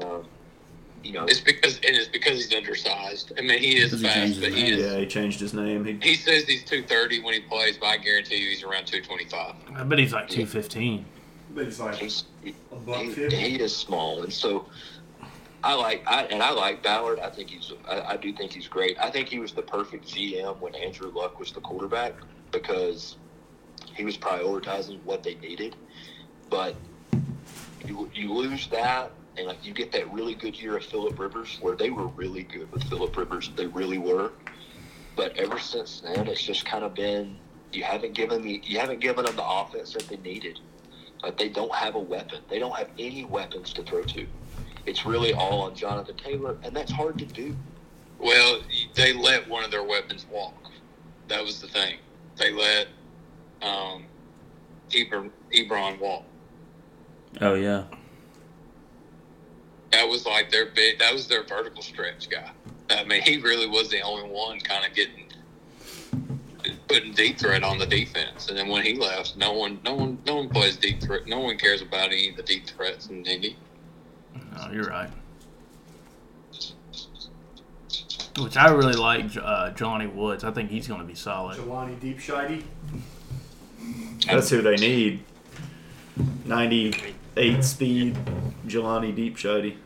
S6: Um, you know,
S10: It's because it is because he's undersized. I mean, he is
S3: Because he changed
S10: fast, but
S3: his
S10: he
S3: name.
S10: is.
S2: Yeah, he changed his name. He
S10: He says he's two thirty when he plays, but I guarantee you he's around two twenty five.
S7: I bet he's like two fifteen.
S8: But it's like
S6: he's,
S8: a buck
S6: he,
S8: fifty.
S6: he is small, and so I like I and I like Ballard. I think he's I, I do think he's great. I think he was the perfect GM when Andrew Luck was the quarterback because he was prioritizing what they needed. But you you lose that. And like you get that really good year of Philip Rivers, where they were really good with Philip Rivers, they really were. But ever since then, it's just kind of been you haven't given the you haven't given them the offense that they needed. Like they don't have a weapon. They don't have any weapons to throw to. It's really all on Jonathan Taylor, and that's hard to do.
S10: Well, they let one of their weapons walk. That was the thing. They let um, Ebron, Ebron walk.
S3: Oh yeah.
S10: That was like their big. That was their vertical stretch guy. I mean, he really was the only one kind of getting putting deep threat on the defense. And then when he left, no one, no one, no one plays deep threat. No one cares about any of the deep threats in Indy.
S7: No, you're right. Which I really like uh, Johnny Woods. I think he's going to be solid.
S8: Jelani Deep Shitey.
S2: That's who they need. 98 speed Jelani Deep Shady.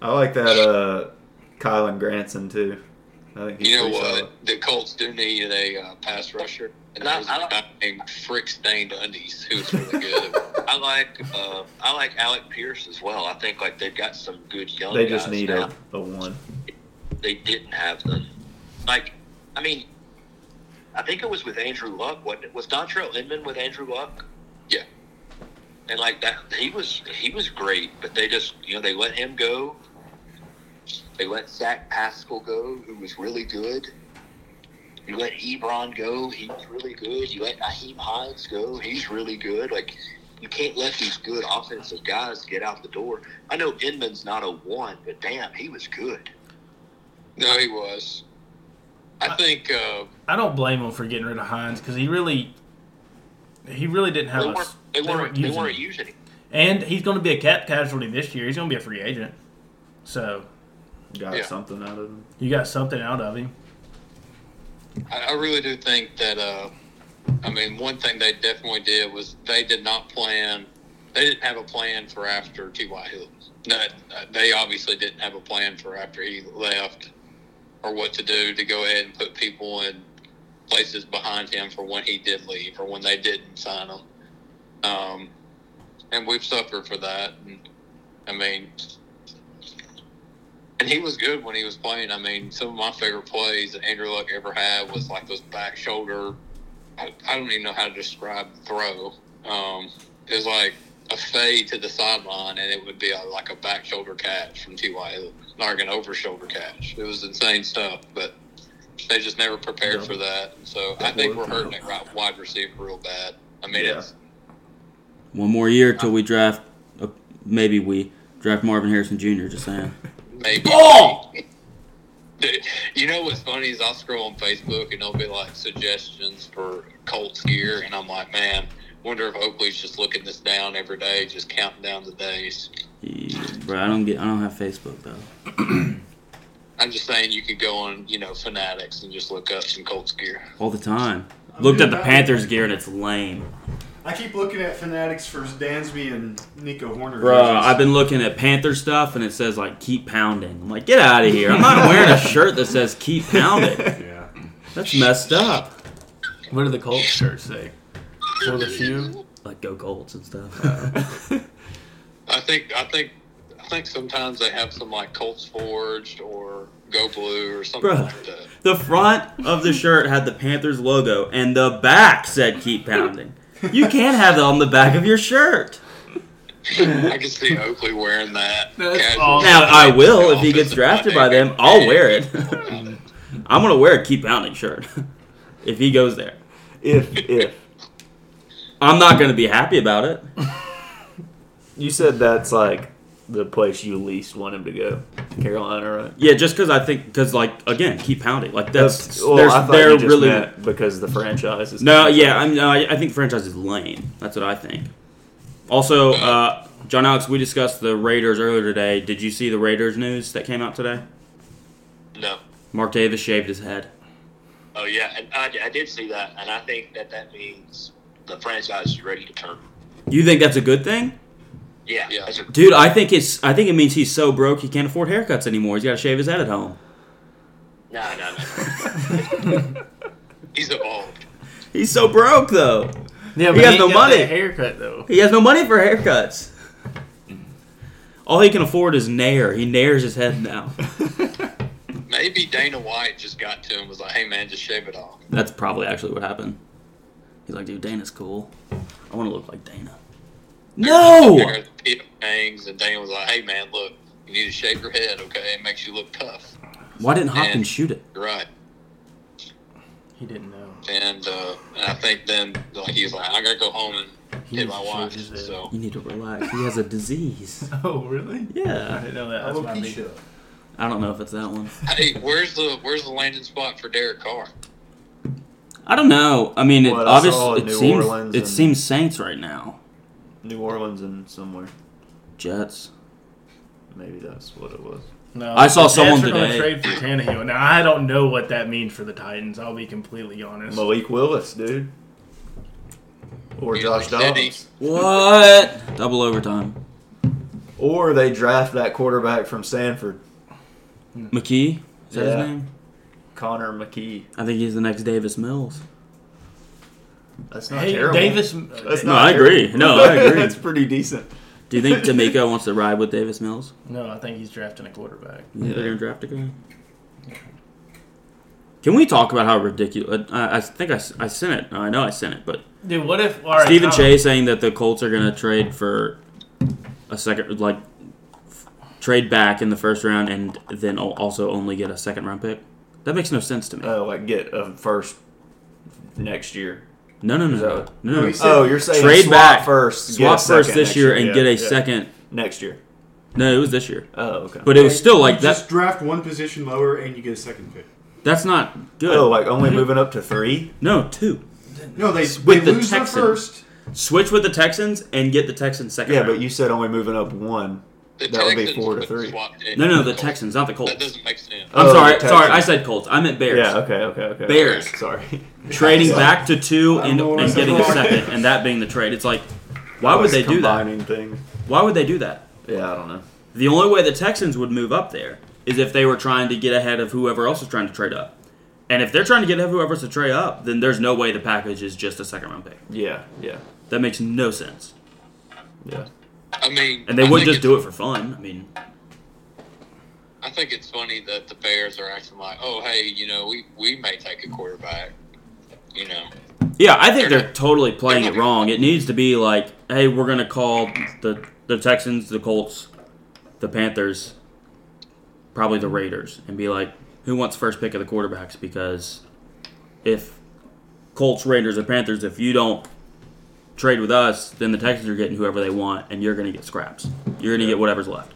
S2: I like that uh, Kylan Granson too. I think he's
S10: You know
S2: pretty
S10: what?
S2: solid.
S10: The Colts do need a uh, pass rusher, and
S6: I-
S10: that was
S6: I
S10: a
S6: like-
S10: guy named Frick Stained Undies, who was really good.
S6: I like uh, I like Alec Pierce as well. I think like they've got some good young.
S2: They just
S6: guys
S2: need
S6: now.
S2: a, a one.
S6: They didn't have them. Like, I mean, I think it was with Andrew Luck. Wasn't it? Was Dontrell Inman with Andrew Luck?
S10: Yeah.
S6: And like that, he was he was great, but they just you know they let him go. They let Zach Pascal go, who was really good. You let Ebron go, he was really good. You let Naheem Hines go, he's really good. Like you can't let these good offensive guys get out the door. I know Inman's not a one, but damn, he was good.
S10: no, he was. I think. Uh,
S7: I don't blame him for getting rid of Hines because he really, he really didn't have
S6: They
S7: a.
S6: weren't
S7: s-
S6: they weren't, they
S7: using
S6: weren't
S7: him.
S6: using him.
S7: And he's going to be a cap casualty this year. He's going to be a free agent. So
S2: Got
S10: Yeah.
S2: something out of him.
S7: you got something out of him.
S10: I, I really do think that. Uh, I mean, one thing they definitely did was they did not plan. They didn't have a plan for after T. Y. Hill. That uh, they obviously didn't have a plan for after he left, or what to do to go ahead and put people in places behind him for when he did leave or when they didn't sign him. Um, and we've suffered for that. And, I mean, and he was good when he was playing. I mean, some of my favorite plays that Andrew Luck ever had was like those back shoulder. I, I don't even know how to describe the throw. Um, it was like a fade to the sideline, and it would be a, like a back shoulder catch from T.Y. like an over shoulder catch. It was insane stuff, but they just never prepared for that. And so I think we're hurting at right wide receiver real bad. I mean, it's,
S3: One more year till we draft. Uh, maybe we draft Marvin Harrison Jr. Just saying.
S10: maybe.
S7: Oh!
S10: Dude, you know what's funny is I'll scroll on Facebook and there'll be like suggestions for Colts gear, and I'm like, man, wonder if Oakley's just looking this down every day, just counting down the days.
S3: Yeah, bro, I don't get. I don't have Facebook though.
S10: I'm just saying you could go on, you know, Fanatics and just look up some Colts gear.
S3: All the time. Looked at the Panthers gear and it's lame.
S8: I keep looking at Fanatics for Dansby and Nico Horner.
S3: Bruh, I've been looking at Panther stuff and it says like keep pounding. I'm like, get out of here. I'm not wearing a shirt that says keep pounding.
S8: Yeah.
S3: That's messed up.
S7: What do the Colts shirts say? For the few?
S3: Like go Colts and stuff.
S10: I think, I think, I think sometimes they have some like Colts Forged or Go Blue or something
S3: Bruh.
S10: like that.
S3: The front of the shirt had the Panthers logo, and the back said "Keep pounding." You can't have that on the back of your shirt.
S10: I can see Oakley wearing that.
S7: That's
S10: casual.
S7: awesome.
S3: Now I will if he gets drafted by them. I'll wear it. I'm gonna wear a "Keep pounding" shirt if he goes there.
S2: If if
S3: I'm not gonna be happy about it.
S2: you said that's like the place you least want him to go, Carolina, right?
S3: Yeah, just because I think because like again, keep pounding. Like that's
S2: well,
S3: there's,
S2: I thought
S3: they're
S2: you just
S3: really
S2: meant because the franchise is
S3: no. Yeah, I'm. No, I, I think franchise is lame. That's what I think. Also, uh, John Alex, we discussed the Raiders earlier today. Did you see the Raiders news that came out today?
S6: No.
S3: Mark Davis shaved his head.
S6: Oh yeah, and I, I did see that, and I think that that means the franchise is ready to turn.
S3: You think that's a good thing,
S6: Yeah,
S10: Yeah.
S6: that's a-
S3: dude? I think it's. I think it means he's so broke he can't afford haircuts anymore. He's got to shave his head at home.
S6: no, no, no.
S10: He's evolved.
S3: He's so broke though.
S7: Yeah,
S3: He has
S7: ain't
S3: no
S7: got
S3: money.
S7: that haircut though.
S3: He has no money for haircuts. All he can afford is nair. He nairs his head now.
S10: Maybe Dana White just got to him and was like, hey man, just shave it off.
S3: That's probably actually what happened. He's like, dude, Dana's cool. I want to look like Dana. No!
S10: There are Bangs and Dana was like, hey man, look, you need to shave your head, okay? It makes you look tough.
S3: Why didn't Hopkins shoot it?
S10: You're right.
S7: He didn't know.
S10: And, uh, and I think then like, he was like, I gotta go home and
S7: He
S10: hit my
S7: shaved
S10: wife.
S7: his head.
S10: So
S3: You need to relax. He has a disease.
S7: Oh, really? I
S3: Yeah.
S7: didn't know that. That's my big.
S3: I don't know if it's that one.
S10: hey, where's the where's the landing spot for Derek Carr?
S3: I don't know. I mean, it,
S2: What I saw
S3: obviously,
S2: in
S3: it
S2: New
S3: seems
S2: Orleans
S3: it
S2: and-
S3: seems Saints right now.
S2: New Orleans and somewhere.
S3: Jets.
S2: Maybe that's what it was.
S7: No,
S3: I saw
S7: the Pats
S3: someone
S7: are gonna
S3: today-
S7: Trade for Tannehill. Now I don't know what that means for the Titans. I'll be completely honest.
S2: Malik Willis, dude, or
S10: Yeah,
S2: Josh
S10: like Teddy.
S2: Dobbs,
S3: What? Double overtime.
S2: or they draft that quarterback from Sanford,
S3: McKee. Is that
S2: Yeah.
S3: his name?
S2: Connor McKee.
S3: I think he's the next Davis Mills.
S2: That's not
S7: Hey,
S2: terrible.
S7: Davis.
S2: That's
S3: No,
S2: not
S3: I agree.
S2: terrible.
S3: No, I agree.
S2: that's pretty decent.
S3: Do you think D'Amico wants to ride with Davis Mills?
S7: No, I think he's drafting a quarterback.
S3: You think They're gonna draft a guy. Can we talk about how ridiculous? uh, I, I think I, s- I sent it. I know I sent it, but
S7: Dude, what if all right,
S3: Stephen
S7: Tom,
S3: Chase saying that the Colts are gonna trade for a second, like f- trade back in the first round, and then al- also only get a second round pick. That makes no sense to me.
S2: Oh, like get a first next year.
S3: no, no, no,
S2: is
S3: no,
S2: that-
S3: no. no.
S2: Oh, you're saying
S3: Trade
S2: swap
S3: back
S2: first, get a
S3: Swap first
S2: second
S3: this
S2: next
S3: year and
S2: Yeah,
S3: get a
S2: yeah.
S3: second.
S2: next year.
S3: No, it was this year,
S2: Oh, okay.
S3: but it was still like
S8: Just
S3: that.
S8: draft one position lower and you get a second pick.
S3: That's not good.
S2: oh, like only moving up to three.
S3: no two.
S8: No, they, they
S3: With the
S8: lose the
S3: Texans.
S8: first.
S3: Switch with the Texans and get the Texans second.
S2: Yeah,
S3: round.
S2: but you said only moving up one.
S10: The
S2: That would be four to
S10: would
S2: three.
S10: swap Daniel
S3: No, no,
S10: with
S3: the
S10: Colts.
S3: Texans, not the Colts.
S10: That doesn't make sense.
S3: I'm
S2: Oh,
S3: sorry,
S2: the
S3: sorry, I
S2: Texans.
S3: said Colts. I meant Bears.
S2: Yeah. Okay. Okay. Okay.
S3: Bears.
S2: Sorry.
S3: Trading back to two
S8: I
S3: and,
S8: know what I
S3: and
S8: said
S3: getting a
S8: wrong.
S3: second, and that being the trade. It's like, why would
S2: Always
S3: they do that?
S2: combining things.
S3: Why would they do that?
S2: Yeah, I don't know.
S3: The only way the Texans would move up there is if they were trying to get ahead of whoever else is trying to trade up. And if they're trying to get ahead of whoever's to trade up, then there's no way the package is just a second round pick.
S2: Yeah. Yeah.
S3: That makes no sense.
S2: Yeah.
S10: I mean,
S3: And they
S10: I
S3: wouldn't
S10: think
S3: just do it for fun. I mean,
S10: I think it's funny that the Bears are acting like, oh, hey, you know, we, we may take a quarterback. You know,
S3: Yeah, I think they're totally playing it wrong. It needs to be like, hey, we're gonna call the the Texans, the Colts, the Panthers, probably the Raiders, and be like, who wants first pick of the quarterbacks? Because if Colts, Raiders, or Panthers, if you don't trade with us, then the Texans are getting whoever they want, and you're gonna get scraps. You're gonna get whatever's left.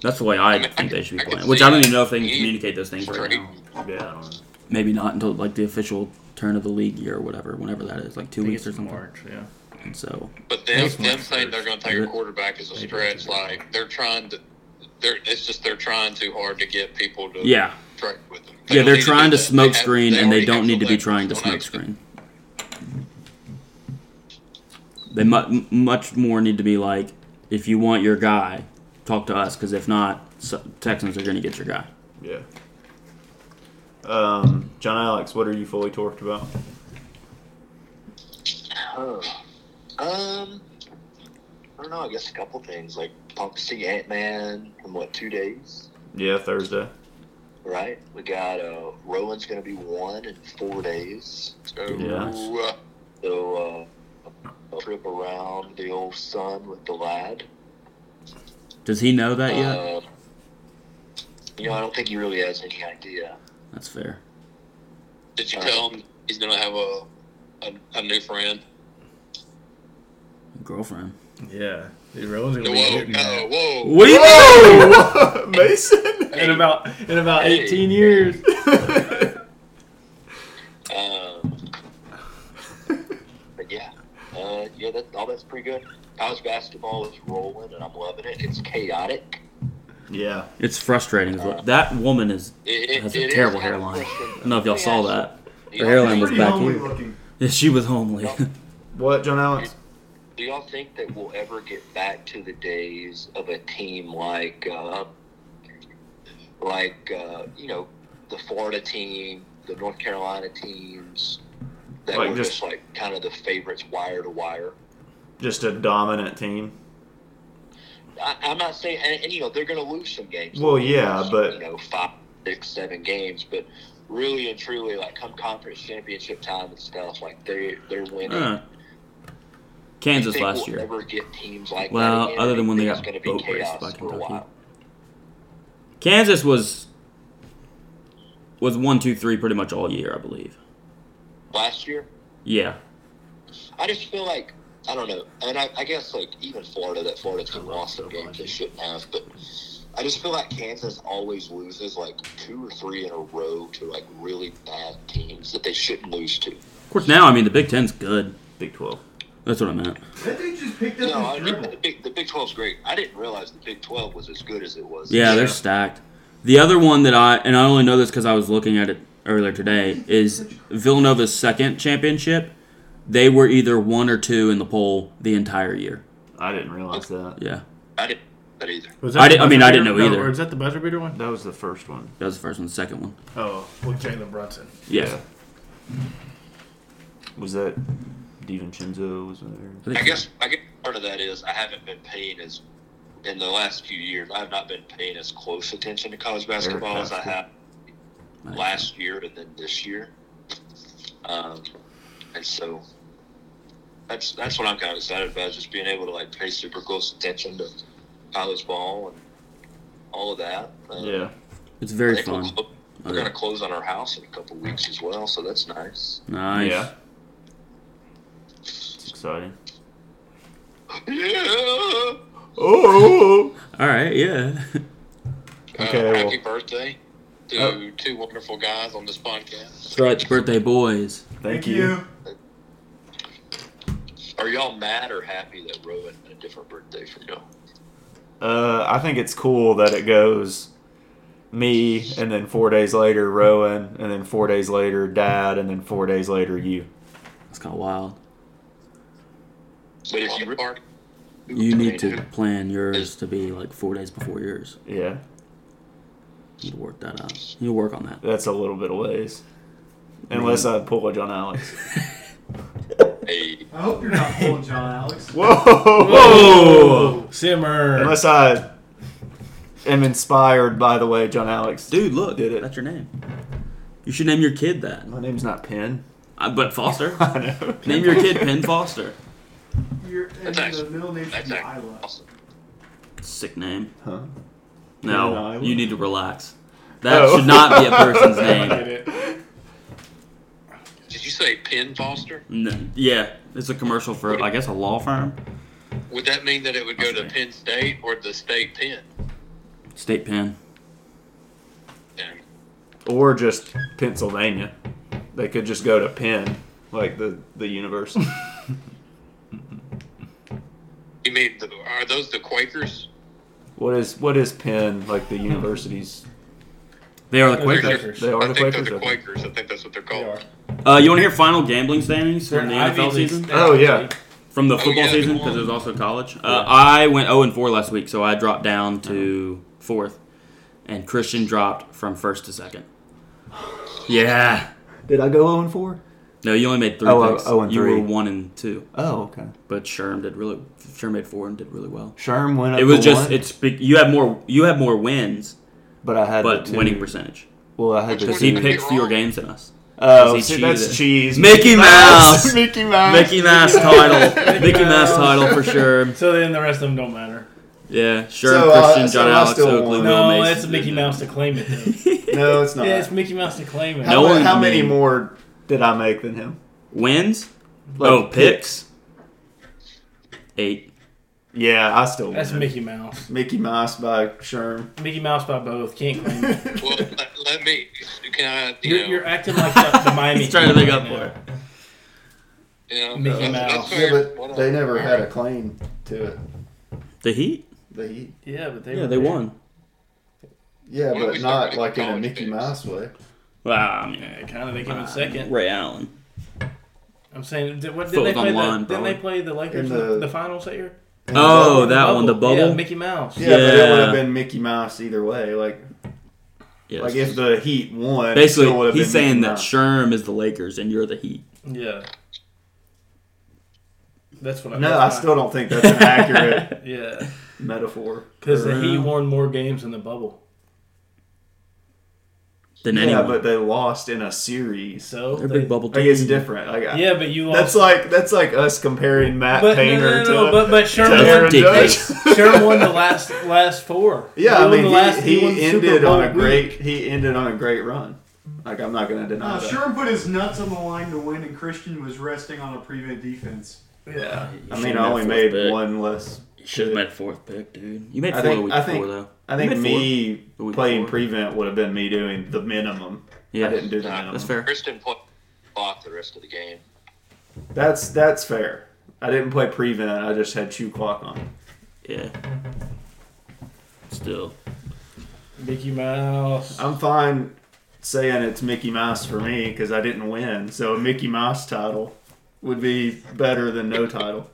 S3: That's the way I
S10: I mean,
S3: think they should be
S10: I could
S3: playing. Which
S10: see
S3: I don't even know if they can
S10: it.
S3: communicate those things right
S10: Straight.
S3: now.
S7: Yeah, I don't know.
S3: Maybe not until like the official turn of the league year or whatever, whenever that is, like two
S7: I think
S3: weeks or
S7: it's
S3: something.
S7: March, yeah.
S3: And so
S10: But them,
S7: That's my
S10: them saying they're going to take
S3: Is
S10: a
S3: it?
S10: quarterback is a stretch. Like they're trying to, they're it's just they're trying too hard to get people to
S3: yeah,
S10: track with them.
S3: yeah, they're
S10: don't need do
S3: trying to
S10: that. They
S3: smoke
S10: have-
S3: screen,
S10: they
S3: and they
S10: already
S3: don't
S10: have
S3: need to be
S10: selected
S3: trying to
S10: someone
S3: smoke
S10: else.
S3: screen. They mu- much more need to be like, if you want your guy, talk to us, because if not, so- Texans are going to get your guy.
S2: Yeah. Um, John Alex, what are you fully torqued about?
S6: Um, I don't know. I guess a couple things like pump to see Ant Man in what two days,
S2: Yeah, Thursday.
S6: right? We got uh, Rowan's going to be one in four days,
S2: Yeah.
S10: Ooh, uh,
S6: so uh, a trip around the old sun with the lad.
S3: Does he know that yet?
S6: Uh, you know, I don't think he really has any idea.
S3: That's fair.
S10: did you tell him he's going to have a, a a new friend?
S3: Girlfriend.
S7: Yeah. Dude, Rowan's gonna
S10: Whoa,
S7: be hitting
S10: uh,
S7: that.
S10: whoa!
S3: What do you mean?
S2: Mason.
S7: In about in about
S6: Hey.
S7: 18 years.
S6: Uh, but yeah, uh, yeah, that, all that's pretty good. College basketball is rolling, and I'm loving it. It's chaotic.
S2: Yeah.
S3: It's frustrating. as well. That woman is.
S6: It, it,
S3: That's a
S6: it is
S3: terrible
S6: kind of
S3: hairline. I
S6: frustrating.
S3: don't know if y'all saw that.
S6: Do
S3: Her
S6: y'all
S3: hairline was
S6: think-
S8: Pretty
S3: back
S8: homely
S3: here.
S8: looking.
S3: Yeah, she was homely.
S2: What, John Alex?
S6: Do y'all think that we'll ever get back to the days of a team like, uh, like uh, you know, the Florida team, the North Carolina teams that
S2: Like
S6: were
S2: just-
S6: just like kind of the favorites wire to wire?
S2: Just a dominant team.
S6: I, I'm not saying, and, and you know, they're going to lose some games.
S2: Well, yeah,
S6: Lose,
S2: but-
S6: you know, five, six, seven games, but really and truly, like come conference championship time and stuff, like they they're winning.
S3: Uh,
S6: Do you
S3: Kansas
S6: think
S3: last
S6: we'll
S3: year.
S6: Ever get teams like
S3: Well,
S6: that again?
S3: other than when they
S6: It's
S3: got
S6: gonna be
S3: boat raced
S6: chaos
S3: by
S6: for a
S3: Kentucky.
S6: while.
S3: Kansas was was one, two, three pretty much all year, I believe.
S6: Last year,
S3: Yeah.
S6: I just feel like I don't know, and I, I guess like even Florida, that Florida team lost some games they shouldn't have, but I just feel like Kansas always loses like two or three in a row to like really bad teams that they shouldn't lose to.
S3: Of course, now I mean the Big Ten's good.
S2: Big 12.
S3: That's what I meant.
S4: That dude just picked up
S6: No, I,
S4: his
S6: the,
S4: dribble.
S6: Big, the Big 12's great. I didn't realize the Big 12 was as good as it was.
S3: Yeah, they're stacked. The other one that I and I only know this because I was looking at it earlier today is Villanova's second championship. They were either one or two in the poll the entire year.
S2: I didn't realize that.
S3: Yeah,
S6: I didn't that either.
S7: Was
S3: I did-
S7: the
S3: I mean, I
S7: buzzer
S3: didn't
S7: beater-
S3: know
S7: no,
S3: either.
S7: Or is that the buzzer beater one?
S2: That was the first one.
S3: that was the first one. The second one,
S7: Oh, with Jalen Brunson.
S3: yeah.
S2: Was that DiVincenzo? Was there?
S3: I
S6: I
S3: think-
S6: guess I guess part of that is I haven't been paying as in the last few years. I've not been paying as close attention to college basketball as I
S2: Pascal.
S6: have last year and then this year. Um, and so that's that's what I'm kind of excited about is just being able to like pay super close attention to college ball and all of that. Um,
S2: Yeah.
S3: it's very
S6: I think
S3: fun.
S6: We'll, clo- we're
S3: Okay.
S6: going to close on our house in a couple weeks as well, so that's nice.
S3: Nice.
S2: Yeah. It's exciting.
S10: Yeah.
S2: Oh!
S3: All right. Yeah.
S2: Okay,
S10: uh,
S2: well-
S10: happy birthday to
S2: Oh.
S10: two wonderful guys on this podcast.
S3: That's right. Birthday boys.
S2: Thank you.
S6: Are y'all mad or happy that Rowan had a different birthday from y'all?
S2: Uh, I think it's cool that it goes me, and then four days later, Rowan, and then four days later, Dad, and then four days later, you.
S3: That's kind of wild.
S6: But if you re-
S10: Party.
S3: You need to plan yours to be like four days before yours.
S2: Yeah.
S3: You need to work that out. You work on that.
S2: That's a little bit of ways. Unless I pull a John Alex.
S6: hey,
S4: I hope you're not pulling John Alex.
S2: Whoa!
S7: Whoa! Simmer.
S2: Unless I am inspired by the way John Alex.
S3: Dude, look.
S2: Did it.
S3: That's your name. You should name your kid that.
S2: My name's not Penn.
S3: Uh, but Foster.
S2: I know.
S3: name your kid Penn Foster.
S4: You're, and
S6: That's
S4: the
S6: actually-
S4: middle name should
S6: that's
S4: be
S6: actually
S4: Isla.
S6: awesome.
S3: Sick name.
S2: Huh? Penn
S3: No,
S2: Island.
S3: you need to relax. That
S2: Oh.
S3: should not be a person's
S7: Get
S3: name.
S7: it.
S10: Did you say Penn Foster?
S3: No, yeah, it's a commercial for, I guess, a law firm.
S10: Would that mean that it would go to Penn State or the state Penn?
S3: State Penn.
S10: And
S2: or just Pennsylvania. They could just go to Penn, like the the university.
S10: you mean the, are those the Quakers?
S2: what is what is Penn like? The universities?
S3: They are the
S7: They're
S3: Quakers.
S7: Quakers.
S2: They are
S10: I
S2: the
S10: think
S2: Quakers.
S10: they're the
S2: I think.
S10: Quakers. I think that's what they're
S7: They
S10: called.
S7: are.
S3: Uh, you want to hear final gambling standings
S7: They're
S3: from the
S7: Ivy
S3: NFL
S7: League
S3: season?
S7: state.
S2: Oh, yeah.
S3: From the football
S10: yeah,
S3: season
S10: they won.
S3: because there's also college. Uh, I went 0 and 4 last week, so I dropped down to fourth, and Christian dropped from first to second. Yeah.
S2: Did I go zero and four?
S3: No, you only made three
S2: Oh,
S3: picks.
S2: uh, oh and
S3: you
S2: three.
S3: were one and two,
S2: Oh, okay.
S3: but Sherm did really. Sherm made four and did really well.
S2: Sherm went up.
S3: It was
S2: to
S3: just
S2: one,
S3: it's be- you have more you have more wins,
S2: but I had
S3: but
S2: the two-
S3: winning percentage
S2: Well, I had the
S3: because
S10: Which
S2: two.
S3: he
S10: one did you
S3: picked
S10: get
S3: fewer
S10: wrong?
S3: games than us.
S2: oh,
S3: he
S2: see, that's
S3: cheated.
S2: cheese.
S3: Mickey Mouse.
S2: Mickey Mouse.
S3: Mickey Mouse title, Mickey Mouse title for sure.
S7: So then the rest of them don't matter.
S3: Yeah, sure.
S2: So, uh,
S3: Christian,
S2: so
S3: John
S2: I
S3: Alex,
S2: still
S3: Oakley,
S2: won.
S3: Will
S7: No,
S3: Mason.
S7: that's Mickey Mouse to claim it. Though.
S2: No, it's not.
S7: yeah, it's Mickey Mouse to claim it.
S2: how,
S3: No one
S2: how many
S3: made-
S2: more did I make than him?
S3: Wins?
S2: Like,
S3: oh, picks. Eight.
S2: Yeah, I still.
S7: That's
S2: win.
S7: Mickey Mouse.
S2: Mickey Mouse by Sherm.
S7: Mickey Mouse by both can't claim it.
S10: Well, let, let me. Can I? You
S7: You're,
S10: know,
S7: you're acting like the, the Miami.
S3: He's trying to
S7: Heat
S3: make up
S7: right
S3: for
S7: now.
S3: it.
S10: you know,
S7: Mickey
S10: that's- that's
S7: Mouse.
S10: fair. Whatever.
S2: a claim to it.
S3: The Heat?
S2: The Heat.
S7: Yeah, but they
S3: Yeah,
S7: were
S3: they
S7: there.
S3: won.
S2: Yeah,
S10: Why don't we start making college picks?
S2: way.
S3: Well, I mean,
S7: Yeah, kind of. They came in second.
S3: Ray Allen.
S7: I'm saying, did, what,
S3: Foot
S7: did they
S3: was on
S7: play?
S3: line,
S7: the, didn't
S3: probably.
S7: they play the Lakers
S2: In
S7: in the,
S2: the-
S7: finals that year?
S3: Oh, that one, the
S7: Yeah,
S3: bubble.
S7: Mickey Mouse.
S2: Yeah, but it would
S3: Yeah.
S2: have been Mickey Mouse either way. Like,
S3: Yes.
S2: like if the Heat won, it still
S3: Basically,
S2: would've
S3: he's
S2: been
S3: saying
S2: Mickey
S3: that
S2: Mouse.
S3: Sherm is the Lakers and you're the Heat.
S7: Yeah. That's what I.
S2: No, I
S7: that's
S2: still don't think that's an accurate
S7: my- Yeah,
S2: metaphor.
S7: because he
S3: Yeah.
S7: won more games in the bubble.
S3: Than
S2: Yeah,
S3: anyone.
S2: but they lost in a series.
S7: So
S3: They're a
S7: they-
S3: big bubble
S2: Like
S3: team.
S2: it's different. Like I-
S7: Yeah, but you
S2: that's
S7: lost.
S2: like that's like us comparing Matt
S7: but no,
S2: Painter
S7: no, no,
S2: to.
S7: but but
S2: to
S7: Sherman,
S3: That's
S2: Aaron Judge.
S3: ridiculous.
S7: Sherman won the last last four.
S2: Yeah,
S7: he
S2: I
S7: won
S2: mean,
S7: the
S2: he,
S7: last,
S2: he,
S7: won the Super
S2: ended
S7: Bowl
S2: on a
S7: week.
S2: great he ended on a great run. Like I'm not gonna deny
S8: Uh,
S2: that.
S8: Sherm put his nuts on the line to win, and Christian was resting on a prevent defense.
S7: Yeah,
S2: I
S3: Should've
S2: mean,
S3: been
S2: I only
S3: fourth
S2: made
S3: pick.
S2: one less.
S3: You should have made fourth pick, dude. You made
S2: I
S3: four the
S2: think
S3: week
S2: I
S3: before,
S2: think
S3: though.
S2: I
S3: You
S2: think
S3: made four.
S2: me
S3: the week
S2: playing
S3: before.
S2: prevent would have been me doing the minimum.
S3: Yeah,
S2: I didn't do the
S10: Nah,
S2: minimum.
S3: that's fair.
S10: Kristen played block the rest of the game.
S2: That's that's fair. I didn't play prevent. I just had chew clock on.
S3: Yeah. Still.
S7: Mickey Mouse.
S2: I'm fine saying it's Mickey Mouse for me because I didn't win. So a Mickey Mouse title would be better than no title.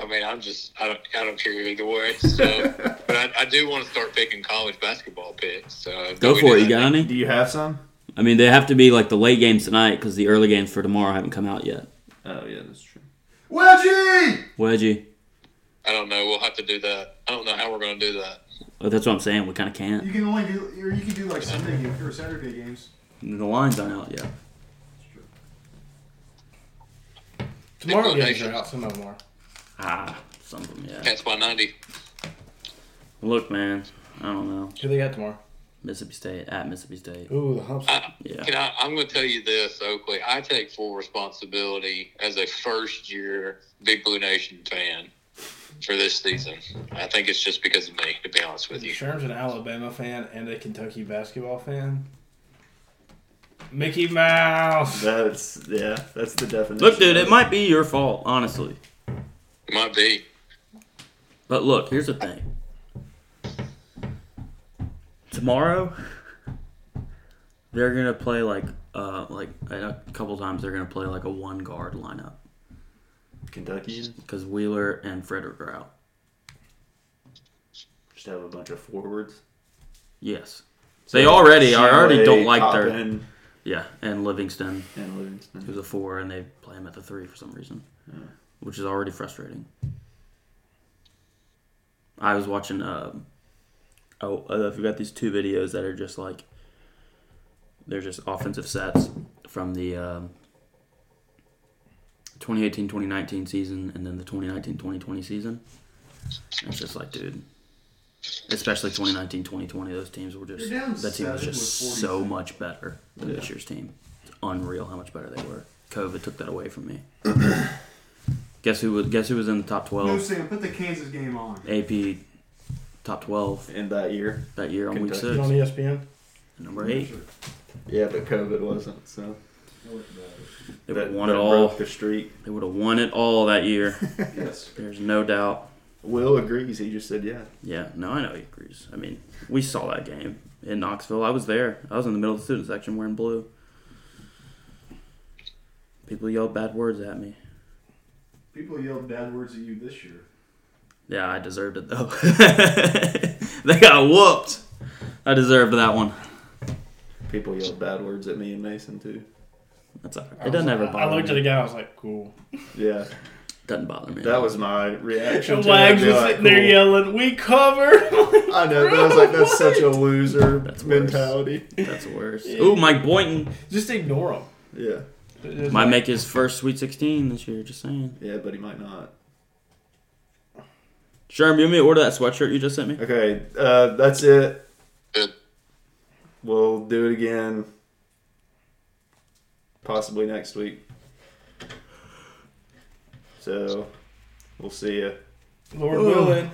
S10: I mean, I'm just I don't I don't care either way. So, but I, I do want to start picking college basketball picks. So
S3: Go for it. You
S10: guys.
S3: got any?
S2: Do you have some?
S3: I mean, they have to be like the late games tonight because the early games for tomorrow haven't come out yet.
S2: Oh yeah, that's true.
S8: Wedgie!
S3: Wedgie.
S10: I don't know. We'll have to do that. I don't know how we're going to do that.
S3: Oh, that's what I'm saying. We kind of can't.
S8: You can only do, or you can do like Sunday game or Saturday games.
S3: The lines aren't out yet.
S7: Tomorrow games
S10: Nation.
S7: are out. Some of them are.
S3: Ah, some of them, yeah.
S10: Cats by ninety.
S3: Look, man. I don't know.
S7: Who they got tomorrow?
S3: Mississippi State at Mississippi State.
S7: Ooh, the Hubs.
S10: I,
S3: Yeah.
S10: can I, I'm going to tell you this, Oakley. I take full responsibility as a first year Big Blue Nation fan for this season. I think it's just because of me, to be honest with you.
S7: Sherm's an Alabama fan and a Kentucky basketball fan. Mickey Mouse.
S2: That's yeah. That's the definition.
S3: Look, dude, it might be your fault, honestly.
S10: Might be.
S3: But look, here's the thing. Tomorrow, they're gonna play like, uh, like a couple times. They're gonna play like a one guard lineup
S2: Kentucky
S3: because Wheeler and Frederick are out.
S2: just have a bunch of forwards.
S3: Yes, they already. I already
S2: Shea,
S3: don't like their.
S2: Coppin,
S3: Yeah, and Livingston,
S2: and Livingston.
S3: who's a four, and they play him at the three for some reason, which is already frustrating. I was watching. Um, oh, uh, I've got these two videos that are just like they're just offensive sets from the um, 2018-2019 season, and then the 2019-2020 season. And it's just like, dude. Especially 2019-2020, those teams were just
S8: They're down
S3: that team was
S8: seven
S3: just
S8: with 40
S3: so much better than this year's team. It's unreal how much better they were. COVID took that away from me. guess who was guess who was in the top
S8: No,
S3: twelve?
S8: Sam, put the Kansas game on.
S3: AP top twelve
S2: in that year.
S3: that year on
S2: Kentucky.
S3: week
S4: Is it on
S7: E
S3: six.
S4: ESPN?
S3: Number eight,
S2: Yeah, but COVID wasn't so.
S3: they would
S2: that
S3: have won it
S2: that
S3: all.
S2: broke the streak.
S3: They would have won it all that year.
S2: Yes.
S3: There's no doubt.
S2: Will agrees. He just said yeah.
S3: Yeah, no, I know he agrees. I mean, we saw that game in Knoxville. I was there. I was in the middle of the student section wearing blue. People yelled bad words at me.
S8: People yelled bad words at you this year.
S3: Yeah, I deserved it though. they got whooped. I deserved that one.
S2: People yelled bad words at me and Mason too.
S3: That's all right. It doesn't ever
S7: "Ah."
S4: I
S3: bother
S4: looked at
S3: me.
S4: the
S3: It
S4: guy. I was like, cool.
S2: Yeah,
S3: doesn't bother me.
S2: that was my reaction.
S4: And
S2: to it. I'd
S4: Wags
S2: be
S4: was
S2: like,
S4: sitting there
S2: cool.
S4: yelling, "We cover."
S2: I know, but I was like, that's such a loser
S3: That's worse.
S2: mentality.
S3: That's worse. Ooh, Mike Boynton
S4: Just ignore him.
S2: Yeah,
S4: It's
S3: might make his first Sweet 16 this year. Just saying.
S2: yeah, but he might not.
S3: Sherm, you want me to order that sweatshirt you just sent me?
S2: Okay, uh, that's it.
S10: Good.
S2: We'll do it again, possibly next week. So, we'll see you.
S4: Lord willing.